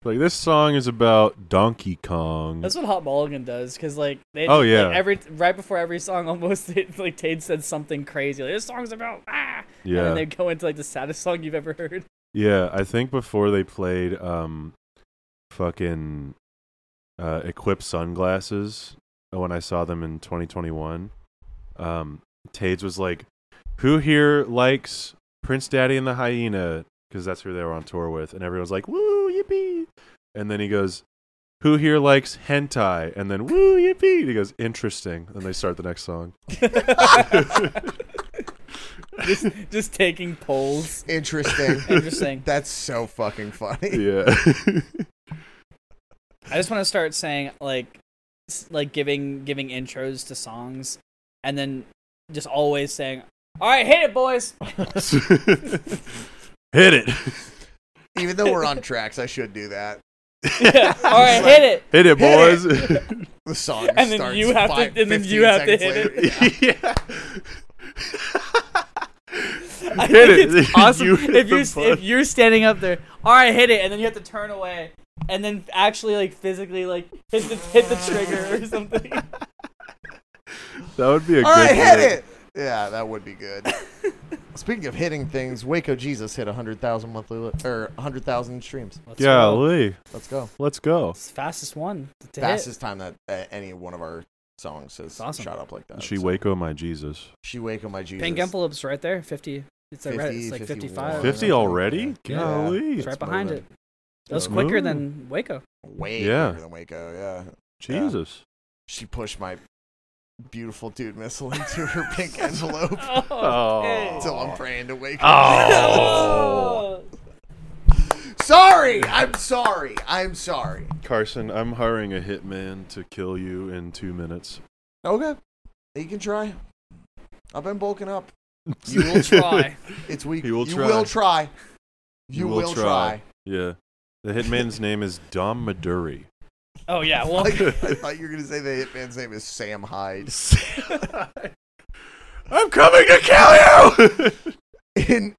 [SPEAKER 3] Like this song is about Donkey Kong.
[SPEAKER 2] That's what Hot Mulligan does, because like they
[SPEAKER 3] Oh,
[SPEAKER 2] like,
[SPEAKER 3] yeah.
[SPEAKER 2] every right before every song almost they, like Tade said something crazy like this song's about ah and
[SPEAKER 3] yeah,
[SPEAKER 2] then they go into like the saddest song you've ever heard.
[SPEAKER 3] yeah. I think before they played um, fucking uh, Equip sunglasses uh, when I saw them in 2021. Um, Tades was like, "Who here likes Prince Daddy and the Hyena?" Because that's who they were on tour with, and everyone was like, "Woo yippee!" And then he goes, "Who here likes hentai?" And then "Woo yippee!" He goes, "Interesting." And they start the next song.
[SPEAKER 2] just just taking polls.
[SPEAKER 1] Interesting.
[SPEAKER 2] Interesting.
[SPEAKER 1] That's so fucking funny.
[SPEAKER 3] Yeah.
[SPEAKER 2] I just want to start saying like s- like giving giving intros to songs and then just always saying, "All right, hit it, boys."
[SPEAKER 3] Hit it.
[SPEAKER 1] Even though we're on tracks, I should do that.
[SPEAKER 2] Yeah. All right, hit it.
[SPEAKER 3] Hit it, boys.
[SPEAKER 1] Hit The song
[SPEAKER 2] And then
[SPEAKER 1] starts
[SPEAKER 2] you have to-
[SPEAKER 1] five-
[SPEAKER 2] and then
[SPEAKER 1] 15
[SPEAKER 2] you have to
[SPEAKER 1] seconds
[SPEAKER 2] hit
[SPEAKER 1] later.
[SPEAKER 3] yeah.
[SPEAKER 2] I
[SPEAKER 3] Hit
[SPEAKER 2] think
[SPEAKER 3] it.
[SPEAKER 2] It's awesome.
[SPEAKER 3] You hit
[SPEAKER 2] if
[SPEAKER 3] the
[SPEAKER 2] you're
[SPEAKER 3] button.
[SPEAKER 2] if you're standing up there, all right, hit it, and then you have to turn away, and then actually like physically like hit the hit the trigger or something.
[SPEAKER 3] That would be a
[SPEAKER 1] All
[SPEAKER 3] good
[SPEAKER 1] right, hit
[SPEAKER 3] hit.
[SPEAKER 1] it. Yeah, that would be good. Speaking of hitting things, Waco Jesus hit 100,000 monthly li- or 100,000 streams.
[SPEAKER 2] Let's
[SPEAKER 3] Golly,
[SPEAKER 1] Let's go.
[SPEAKER 3] let's go.
[SPEAKER 2] It's the fastest one to hit.
[SPEAKER 1] Fastest time that uh, any one of our songs has
[SPEAKER 2] awesome.
[SPEAKER 1] shot up like that.
[SPEAKER 3] She
[SPEAKER 1] So,
[SPEAKER 3] Waco my Jesus.
[SPEAKER 1] She Waco my Jesus.
[SPEAKER 2] Pink envelopes right there, fifty. It's, like right,
[SPEAKER 1] 50,
[SPEAKER 2] it's like
[SPEAKER 1] 51.
[SPEAKER 2] fifty-five.
[SPEAKER 1] Fifth-
[SPEAKER 3] 50 already?
[SPEAKER 1] Yeah.
[SPEAKER 3] Golly.
[SPEAKER 2] it's right behind
[SPEAKER 1] moving.
[SPEAKER 2] it. That was
[SPEAKER 1] It's
[SPEAKER 2] quicker
[SPEAKER 3] moving.
[SPEAKER 2] than Waco.
[SPEAKER 1] Way
[SPEAKER 3] Yeah.
[SPEAKER 1] bigger than Waco, yeah.
[SPEAKER 3] Jesus.
[SPEAKER 1] She pushed my beautiful dude missile into her pink envelope
[SPEAKER 2] Oh,
[SPEAKER 3] Oh.
[SPEAKER 1] until I'm praying to Waco.
[SPEAKER 3] Oh.
[SPEAKER 1] Sorry, I'm sorry, I'm sorry.
[SPEAKER 3] Carson, I'm hiring a hitman to kill you in two minutes.
[SPEAKER 1] Okay, you can try. I've been bulking up.
[SPEAKER 2] you will try.
[SPEAKER 1] It's weak.
[SPEAKER 3] He will
[SPEAKER 1] you
[SPEAKER 3] try.
[SPEAKER 1] will try.
[SPEAKER 3] You
[SPEAKER 1] You,
[SPEAKER 3] will
[SPEAKER 1] will,
[SPEAKER 3] try.
[SPEAKER 1] try.
[SPEAKER 3] yeah. The hitman's name is Dom Maduri.
[SPEAKER 2] Oh yeah, well,
[SPEAKER 1] I, I thought you were gonna say the hitman's name is Sam Hyde.
[SPEAKER 3] I'm coming to kill you!
[SPEAKER 1] In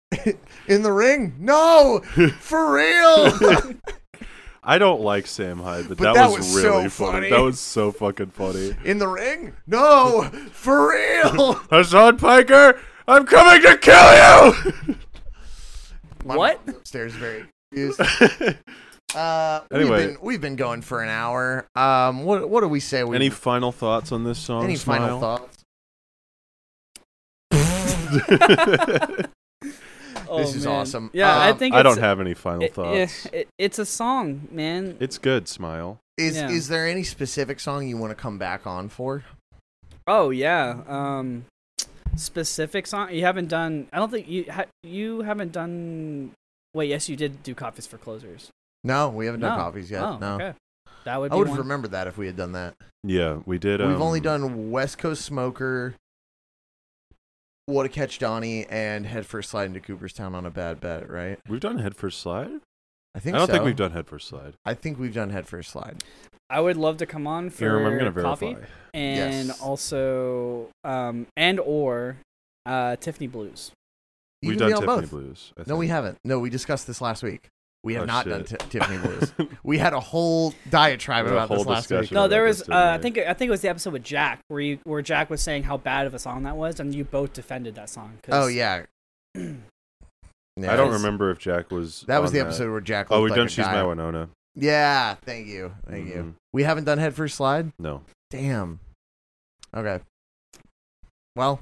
[SPEAKER 1] in the ring? No, for real.
[SPEAKER 3] I don't like Sam Hyde, but,
[SPEAKER 1] But
[SPEAKER 3] that,
[SPEAKER 1] that
[SPEAKER 3] was,
[SPEAKER 1] was
[SPEAKER 3] really
[SPEAKER 1] so
[SPEAKER 3] funny.
[SPEAKER 1] funny.
[SPEAKER 3] That was so fucking funny.
[SPEAKER 1] in the ring? No, for real.
[SPEAKER 3] Hassan Piker, I'm coming to kill
[SPEAKER 1] My
[SPEAKER 2] What?
[SPEAKER 1] mom Upstairs, very confused.
[SPEAKER 3] you!
[SPEAKER 1] Uh, we've
[SPEAKER 3] Anyway.
[SPEAKER 1] been we've been going for an hour. Um, what what do we say? We
[SPEAKER 3] Any final thoughts on this song?
[SPEAKER 1] any final
[SPEAKER 3] Smile?
[SPEAKER 1] thoughts?
[SPEAKER 2] oh,
[SPEAKER 1] This is
[SPEAKER 2] man.
[SPEAKER 1] awesome.
[SPEAKER 2] Yeah, I
[SPEAKER 1] Um,
[SPEAKER 2] think
[SPEAKER 3] I
[SPEAKER 2] it's-
[SPEAKER 3] don't have any final
[SPEAKER 2] it-
[SPEAKER 3] thoughts.
[SPEAKER 2] it- it's a song, man.
[SPEAKER 3] It's good, Smile.
[SPEAKER 1] Is
[SPEAKER 2] Yeah.
[SPEAKER 1] is there any specific song you want to come back on for?
[SPEAKER 2] Oh yeah. Um, specific song you haven't done. I don't think you ha- you haven't done. Wait, yes, you did do coffees for closers.
[SPEAKER 1] No, we haven't done
[SPEAKER 2] No.
[SPEAKER 1] copies yet.
[SPEAKER 2] oh,
[SPEAKER 1] no,
[SPEAKER 2] okay. That would
[SPEAKER 1] I
[SPEAKER 2] be
[SPEAKER 1] would have
[SPEAKER 2] one.
[SPEAKER 1] remembered that if we had done that.
[SPEAKER 3] Yeah, we did.
[SPEAKER 1] We've only
[SPEAKER 3] um,
[SPEAKER 1] done West Coast Smoker, What a Catch Donnie, and Head First Slide into Cooperstown on a Bad Bet, right?
[SPEAKER 3] We've done Head First Slide.
[SPEAKER 1] I
[SPEAKER 3] I
[SPEAKER 1] think
[SPEAKER 3] don't
[SPEAKER 1] so.
[SPEAKER 3] think we've done Head First Slide.
[SPEAKER 1] I think we've done Head First Slide.
[SPEAKER 2] I would love to come on for
[SPEAKER 3] Here, I'm gonna verify.
[SPEAKER 2] coffee and
[SPEAKER 1] Yes.
[SPEAKER 2] also um and or uh Tiffany Blues.
[SPEAKER 1] You
[SPEAKER 3] we've
[SPEAKER 1] can
[SPEAKER 3] done
[SPEAKER 1] be on
[SPEAKER 3] Tiffany
[SPEAKER 1] both.
[SPEAKER 3] Blues. I
[SPEAKER 1] No,
[SPEAKER 3] think.
[SPEAKER 1] we haven't. No, we discussed this last week. We have
[SPEAKER 3] Oh,
[SPEAKER 1] not done
[SPEAKER 3] shit.
[SPEAKER 1] Ti- Tiffany Blues. we had a whole diatribe
[SPEAKER 3] We had a
[SPEAKER 1] about
[SPEAKER 3] whole
[SPEAKER 1] this last
[SPEAKER 3] discussion.
[SPEAKER 1] week.
[SPEAKER 2] No,
[SPEAKER 3] about
[SPEAKER 2] there
[SPEAKER 3] this,
[SPEAKER 2] was
[SPEAKER 3] didn't
[SPEAKER 2] uh, I
[SPEAKER 3] we?
[SPEAKER 2] think I think it was the episode with Jack where you where Jack was saying how bad of a song that was and you both defended that song. 'cause-
[SPEAKER 1] Oh yeah.
[SPEAKER 3] I don't
[SPEAKER 1] Yeah.
[SPEAKER 3] remember if Jack was.
[SPEAKER 1] That was
[SPEAKER 3] on
[SPEAKER 1] the episode where Jack.
[SPEAKER 3] Oh,
[SPEAKER 1] looked
[SPEAKER 3] we've
[SPEAKER 1] like
[SPEAKER 3] done
[SPEAKER 1] a
[SPEAKER 3] She's
[SPEAKER 1] guy.
[SPEAKER 3] My Winona.
[SPEAKER 1] Yeah, thank you. Thank you.
[SPEAKER 3] Mhm.
[SPEAKER 1] We haven't done head first slide.
[SPEAKER 3] No.
[SPEAKER 1] Damn. Okay. Well,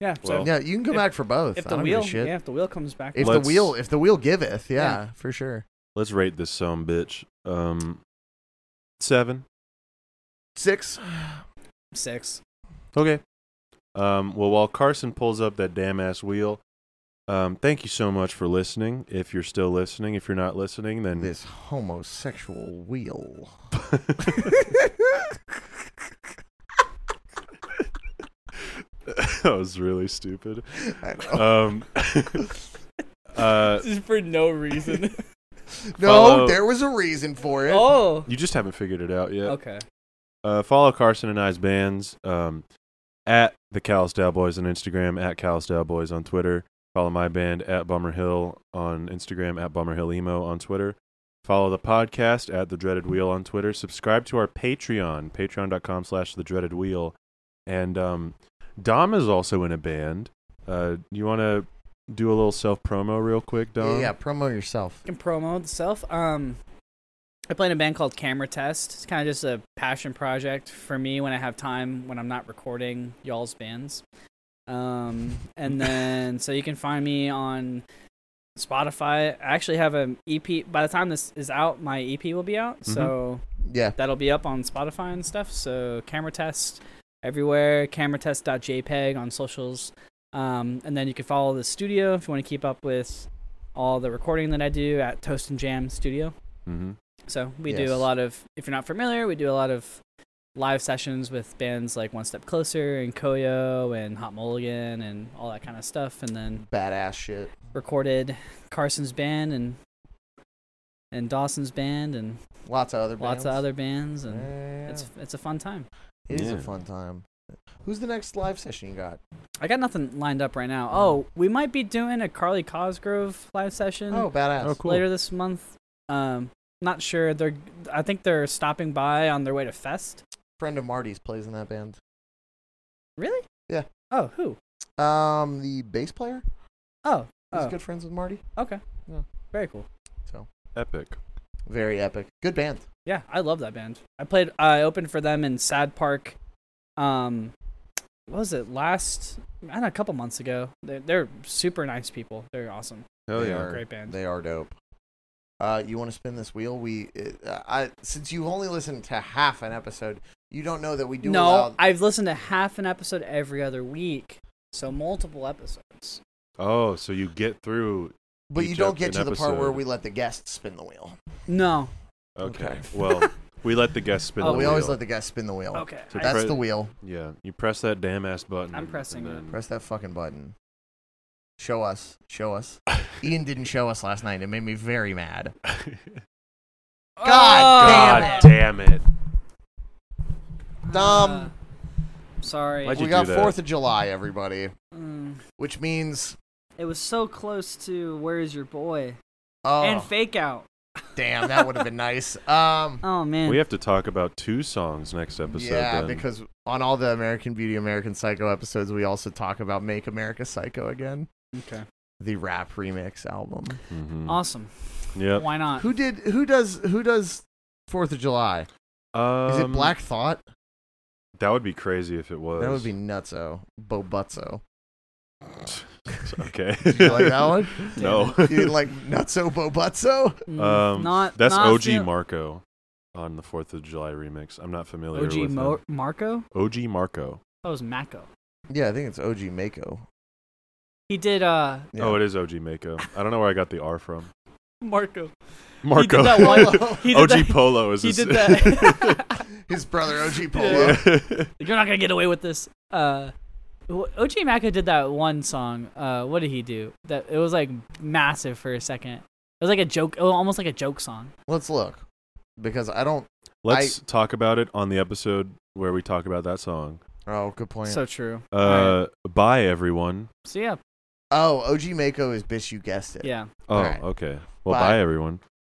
[SPEAKER 2] Yeah. So
[SPEAKER 3] Well,
[SPEAKER 1] yeah, you can come
[SPEAKER 2] If-
[SPEAKER 1] back for both.
[SPEAKER 2] if
[SPEAKER 1] I
[SPEAKER 2] the
[SPEAKER 1] don't give a
[SPEAKER 2] wheel,
[SPEAKER 1] shit.
[SPEAKER 2] yeah, if the wheel comes back,
[SPEAKER 1] If
[SPEAKER 2] on.
[SPEAKER 1] the
[SPEAKER 3] Let's-
[SPEAKER 1] wheel, if the wheel giveth, yeah,
[SPEAKER 2] Yeah.
[SPEAKER 1] for sure.
[SPEAKER 3] Let's rate this some bitch. Um, seven.
[SPEAKER 1] Six.
[SPEAKER 2] six.
[SPEAKER 3] Okay. Um, well, while Carson pulls up that damn ass wheel, um, thank you so much for listening. If you're still listening, if you're not listening, then
[SPEAKER 1] This homosexual wheel.
[SPEAKER 3] that was really stupid.
[SPEAKER 1] I know.
[SPEAKER 3] Um, uh,
[SPEAKER 2] This is for no reason.
[SPEAKER 1] no,
[SPEAKER 3] follow-
[SPEAKER 1] there was a reason for it.
[SPEAKER 2] oh.
[SPEAKER 3] you just haven't figured it out yet.
[SPEAKER 2] Okay.
[SPEAKER 3] Uh, follow Carson and I's bands um, at the Calistal Boys on Instagram, at Calistal Boys on Twitter. Follow my band at Bummer Hill on Instagram, at Bummer Hill Emo on Twitter. Follow the podcast at The Dreaded Wheel on Twitter. Subscribe to our Patreon, patreon.com slash The Dreaded Wheel. And um, Dom is also in a band. Uh, you want to do a little self promo real quick,
[SPEAKER 1] Yeah,
[SPEAKER 3] Dom?
[SPEAKER 1] yeah, promo yourself.
[SPEAKER 2] can promote itself. Um, I play in a band called Camera Test. It's kind of just a passion project for me when I have time when I'm not recording y'all's bands. Um, and then so you can find me on Spotify. I actually have an EP. By the time this is out, my EP will be out. So
[SPEAKER 1] Yeah.
[SPEAKER 2] that'll be up on Spotify and stuff. So Camera Test everywhere. CameraTest.jpg E on socials. Um, and then you can follow the studio if you want to keep up with all the recording that I do at Toast and Jam Studio.
[SPEAKER 3] Mm-hmm.
[SPEAKER 2] So we
[SPEAKER 1] Yes.
[SPEAKER 2] do a lot of, if you're not familiar, we do a lot of live sessions with bands like One Step Closer and Koyo and Hot Mulligan and all that kind of stuff. And then
[SPEAKER 1] Badass shit.
[SPEAKER 2] recorded Carson's band and and Dawson's band and
[SPEAKER 1] Lots of other bands.
[SPEAKER 2] lots of other bands and
[SPEAKER 1] Yeah.
[SPEAKER 2] it's it's a fun time.
[SPEAKER 1] It is a
[SPEAKER 3] Yeah.
[SPEAKER 1] fun time. Who's the next live session you got?
[SPEAKER 2] I got nothing lined up right now. Oh, we might be doing a Carly Cosgrove live session.
[SPEAKER 1] Oh, badass.
[SPEAKER 3] Oh, cool.
[SPEAKER 2] later this month. Um, not sure. They're I think they're stopping by on their way to Fest.
[SPEAKER 1] Friend of Marty's plays in that band.
[SPEAKER 2] Really?
[SPEAKER 1] Yeah.
[SPEAKER 2] Oh, who?
[SPEAKER 1] Um, the bass player
[SPEAKER 2] Oh,
[SPEAKER 1] is
[SPEAKER 2] Oh.
[SPEAKER 1] good friends with Marty.
[SPEAKER 2] okay.
[SPEAKER 1] Yeah.
[SPEAKER 2] Very cool.
[SPEAKER 3] Epic.
[SPEAKER 1] Very epic. Good band.
[SPEAKER 2] Yeah, I love that band. I played. I opened for them in Sad Park. Um, what was it last? I don't know, a couple months ago. They're, they're super nice people. They're awesome.
[SPEAKER 3] Hell
[SPEAKER 1] They
[SPEAKER 3] yeah.
[SPEAKER 1] are.
[SPEAKER 2] Great band.
[SPEAKER 1] They are dope. Uh, you want to spin this wheel? We, it, uh, I, since you only listened to half an episode, you don't know that we do.
[SPEAKER 2] no,
[SPEAKER 1] allow-
[SPEAKER 2] I've listened to half an episode every other week, so multiple episodes.
[SPEAKER 3] Oh, so you get through.
[SPEAKER 1] but you
[SPEAKER 3] each
[SPEAKER 1] don't
[SPEAKER 3] ep-
[SPEAKER 1] get
[SPEAKER 3] an
[SPEAKER 1] to the part where
[SPEAKER 3] episode.
[SPEAKER 1] we let the guests spin the wheel.
[SPEAKER 2] No.
[SPEAKER 3] Okay. well, we let the guests spin
[SPEAKER 2] Oh,
[SPEAKER 3] the
[SPEAKER 1] we
[SPEAKER 3] wheel.
[SPEAKER 1] always let the guests spin the wheel.
[SPEAKER 2] Okay.
[SPEAKER 3] So
[SPEAKER 2] I-
[SPEAKER 1] That's
[SPEAKER 3] Pre-
[SPEAKER 1] the wheel.
[SPEAKER 3] Yeah, you press that damn ass button.
[SPEAKER 2] I'm pressing
[SPEAKER 3] and
[SPEAKER 2] it.
[SPEAKER 1] Press that fucking button. Show us. Show us. Ian didn't show us last night. It made me very mad.
[SPEAKER 2] Oh,
[SPEAKER 1] God
[SPEAKER 3] God damn it!
[SPEAKER 1] Dumb.
[SPEAKER 2] Uh, sorry.
[SPEAKER 3] Why'd
[SPEAKER 1] we
[SPEAKER 3] you
[SPEAKER 1] got
[SPEAKER 3] do that?
[SPEAKER 1] Fourth of July, everybody,
[SPEAKER 2] Mm,
[SPEAKER 1] which means
[SPEAKER 2] it was so close to "Where Is Your Boy"
[SPEAKER 1] oh
[SPEAKER 2] and "Fake Out."
[SPEAKER 1] damn, that would have been nice. Um,
[SPEAKER 2] Oh man.
[SPEAKER 3] We have to talk about two songs next episode.
[SPEAKER 1] yeah,
[SPEAKER 3] then.
[SPEAKER 1] because on all the American Beauty, American Psycho episodes, we also talk about Make America Psycho Again,
[SPEAKER 2] okay.
[SPEAKER 1] the rap remix album.
[SPEAKER 3] Mhm.
[SPEAKER 2] Awesome.
[SPEAKER 3] Yep.
[SPEAKER 2] Why not?
[SPEAKER 1] Who did? Who does? Who does Fourth of July? Is it
[SPEAKER 3] Um,
[SPEAKER 1] Black Thought?
[SPEAKER 3] That would be crazy if it was.
[SPEAKER 1] That would be nutso, bobutso.
[SPEAKER 3] okay.
[SPEAKER 1] Did you like that one?
[SPEAKER 3] No.
[SPEAKER 1] You didn't like nutso bobutso?
[SPEAKER 2] Mm,
[SPEAKER 3] um,
[SPEAKER 2] not
[SPEAKER 3] that's
[SPEAKER 2] not
[SPEAKER 3] OG
[SPEAKER 2] feel-
[SPEAKER 3] Marco on the Fourth of July remix. I'm not familiar
[SPEAKER 2] OG
[SPEAKER 3] with
[SPEAKER 2] Mo-
[SPEAKER 3] him.
[SPEAKER 2] Marco.
[SPEAKER 3] OG Marco.
[SPEAKER 2] That was Mako.
[SPEAKER 1] Yeah, I think it's OG Mako.
[SPEAKER 2] He did uh
[SPEAKER 1] Yeah.
[SPEAKER 3] Oh, it is OG Mako. I don't know where I got the R from.
[SPEAKER 2] Marco.
[SPEAKER 3] Marco.
[SPEAKER 2] He did that one. He did
[SPEAKER 3] OG
[SPEAKER 2] that-
[SPEAKER 3] Polo is
[SPEAKER 2] He
[SPEAKER 3] his.
[SPEAKER 2] did that.
[SPEAKER 1] His brother OG Polo.
[SPEAKER 2] Yeah. You're not gonna get away with this. Uh, O- OG Mako did that one song. Uh, what did he do? That it was like massive for a second. It was like a joke, oh, almost like a joke song.
[SPEAKER 1] Let's look because I don't.
[SPEAKER 3] Let's talk about it on the episode where we talk about that song.
[SPEAKER 1] Oh, good point.
[SPEAKER 2] So true.
[SPEAKER 3] Uh, bye everyone.
[SPEAKER 2] So yeah,
[SPEAKER 1] oh, OG Mako is bitch. You guessed it.
[SPEAKER 2] yeah.
[SPEAKER 3] Oh,
[SPEAKER 1] Alright.
[SPEAKER 3] okay. Well,
[SPEAKER 1] Bye.
[SPEAKER 3] bye everyone.